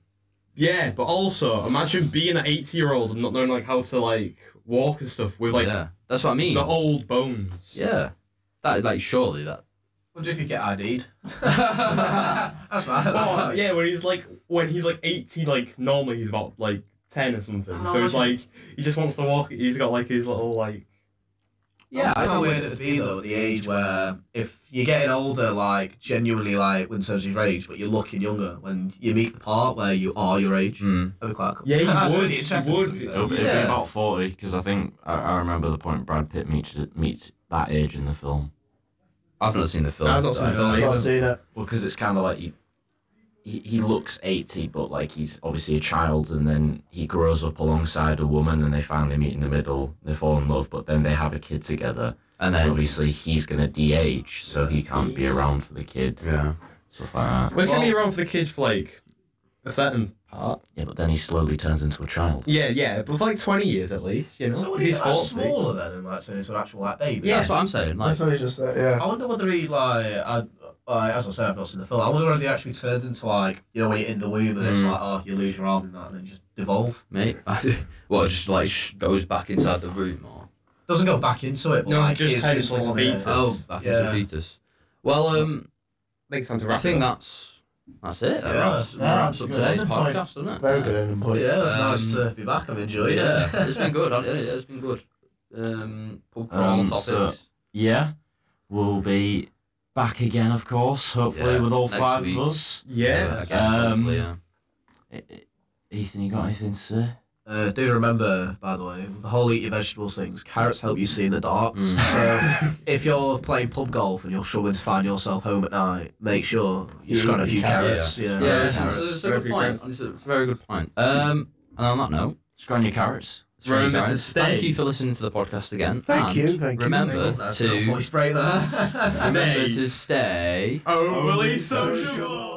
Speaker 6: Yeah, but also imagine being an 80 year old and not knowing like how to like walk and stuff with like
Speaker 2: yeah. That's what I mean.
Speaker 6: the old bones.
Speaker 2: yeah. That like surely that.
Speaker 3: Wonder if you get ID'd. <laughs> that's right.
Speaker 6: Well, yeah, when he's <laughs> like when he's like 80, like normally he's about like 10 or something. So it's like he just wants to walk. He's got like his little like
Speaker 2: Yeah. I,
Speaker 3: How
Speaker 2: I
Speaker 3: weird
Speaker 2: would.
Speaker 3: it'd be though, the age where if you're getting older, like genuinely, like in terms of your age, but you're looking younger when you meet the part where you are your age.
Speaker 2: Mm.
Speaker 3: That'd be quite cool.
Speaker 6: Yeah,
Speaker 3: <laughs>
Speaker 6: you
Speaker 3: That's
Speaker 6: would,
Speaker 3: really
Speaker 6: you
Speaker 3: interesting,
Speaker 6: would.
Speaker 3: isn't it?
Speaker 4: It'll be, it'll be
Speaker 2: Yeah.
Speaker 4: about forty because I think I, I remember the point Brad Pitt meets meets that age in the film.
Speaker 2: I've not seen the film.
Speaker 6: I've not
Speaker 2: so
Speaker 6: seen
Speaker 2: I
Speaker 6: the
Speaker 2: don't
Speaker 5: I've
Speaker 2: know.
Speaker 5: not seen it.
Speaker 4: Well, because it's kind of like he, he he looks eighty, but like he's obviously a child, and then he grows up alongside a woman, and they finally meet in the middle. They fall in love, but then they have a kid together,
Speaker 2: And
Speaker 4: and
Speaker 2: then.
Speaker 4: obviously he's gonna de-age, so he can't be around for the kid.
Speaker 2: Yeah.
Speaker 4: Stuff like that.
Speaker 6: Well, it's gonna be
Speaker 2: Well-
Speaker 6: around for the kids for like a certain part.
Speaker 4: Yeah, but then he slowly turns into a child.
Speaker 6: Yeah, yeah, but for like 20 years at least, you know.
Speaker 3: So
Speaker 6: if
Speaker 3: when
Speaker 6: he's
Speaker 3: he's like,
Speaker 6: 40.
Speaker 3: smaller then, and like turn into an actual like baby.
Speaker 2: That's what I'm saying. Like.
Speaker 5: That's what he just said. Yeah.
Speaker 3: I wonder whether he like, I, I, as I said, I've not seen the film. I wonder whether he actually turns into like, you know, when you're in the womb and it's
Speaker 2: Mm.
Speaker 3: like, oh, you lose your arm and that, and then you just devolve.
Speaker 2: mate. <laughs> well, just like sh- goes back inside the room or
Speaker 3: Doesn't go back into it, but
Speaker 6: No,
Speaker 3: like,
Speaker 6: just
Speaker 3: it's,
Speaker 6: turns
Speaker 3: it's
Speaker 6: like a
Speaker 3: one of the-
Speaker 6: fetus.
Speaker 2: oh, back into the
Speaker 3: Yeah.
Speaker 2: fetus. Well, um,
Speaker 6: Makes sense to
Speaker 2: I
Speaker 6: wrap
Speaker 2: think
Speaker 6: it up.
Speaker 2: that's that's it. That
Speaker 3: Yeah.
Speaker 2: wraps,
Speaker 5: Yeah,
Speaker 2: wraps
Speaker 5: that's
Speaker 2: up
Speaker 5: good.
Speaker 2: today's
Speaker 5: Good point.
Speaker 2: podcast, doesn't it?
Speaker 5: Very good ending point.
Speaker 3: Oh, Yeah, it was nice
Speaker 2: Um,
Speaker 3: to be back. I've
Speaker 2: But
Speaker 3: enjoyed
Speaker 2: yeah,
Speaker 5: <laughs>
Speaker 3: it.
Speaker 2: it's been good. hasn't it? It's been good. Um, pub crawl
Speaker 4: Um,
Speaker 2: topics.
Speaker 4: so- Yeah, we'll be back again, of course. Hopefully,
Speaker 2: Yeah,
Speaker 4: with all
Speaker 2: next
Speaker 4: five
Speaker 2: week.
Speaker 4: of us.
Speaker 6: Yeah.
Speaker 2: I guess, hopefully, yeah.
Speaker 4: Um, E- e- Ethan, you got anything to say?
Speaker 3: Uh, do remember, by the way, the whole eat your vegetables things. Carrots help you see in the dark.
Speaker 2: Mm.
Speaker 3: So if you're playing pub golf and you're struggling to find yourself home at night, make sure you
Speaker 5: You
Speaker 3: score a
Speaker 5: eat
Speaker 3: few
Speaker 2: carrots.
Speaker 3: carrots.
Speaker 2: Yeah,
Speaker 3: Yeah.
Speaker 6: Yeah,
Speaker 2: it's, it's-
Speaker 6: carrots.
Speaker 2: it's a good
Speaker 6: Very
Speaker 2: point.
Speaker 6: good.
Speaker 2: It's a, it's a very good point. Um, and on that note,
Speaker 4: Scran your carrots.
Speaker 2: it's really
Speaker 6: Remember to
Speaker 2: guys,
Speaker 6: stay.
Speaker 2: thank you for listening to the podcast again.
Speaker 5: Thank
Speaker 2: and
Speaker 5: you, thank you.
Speaker 2: Remember
Speaker 3: That's a
Speaker 2: to
Speaker 3: voice break there. <laughs>
Speaker 2: remember to stay.
Speaker 6: Overly sociable.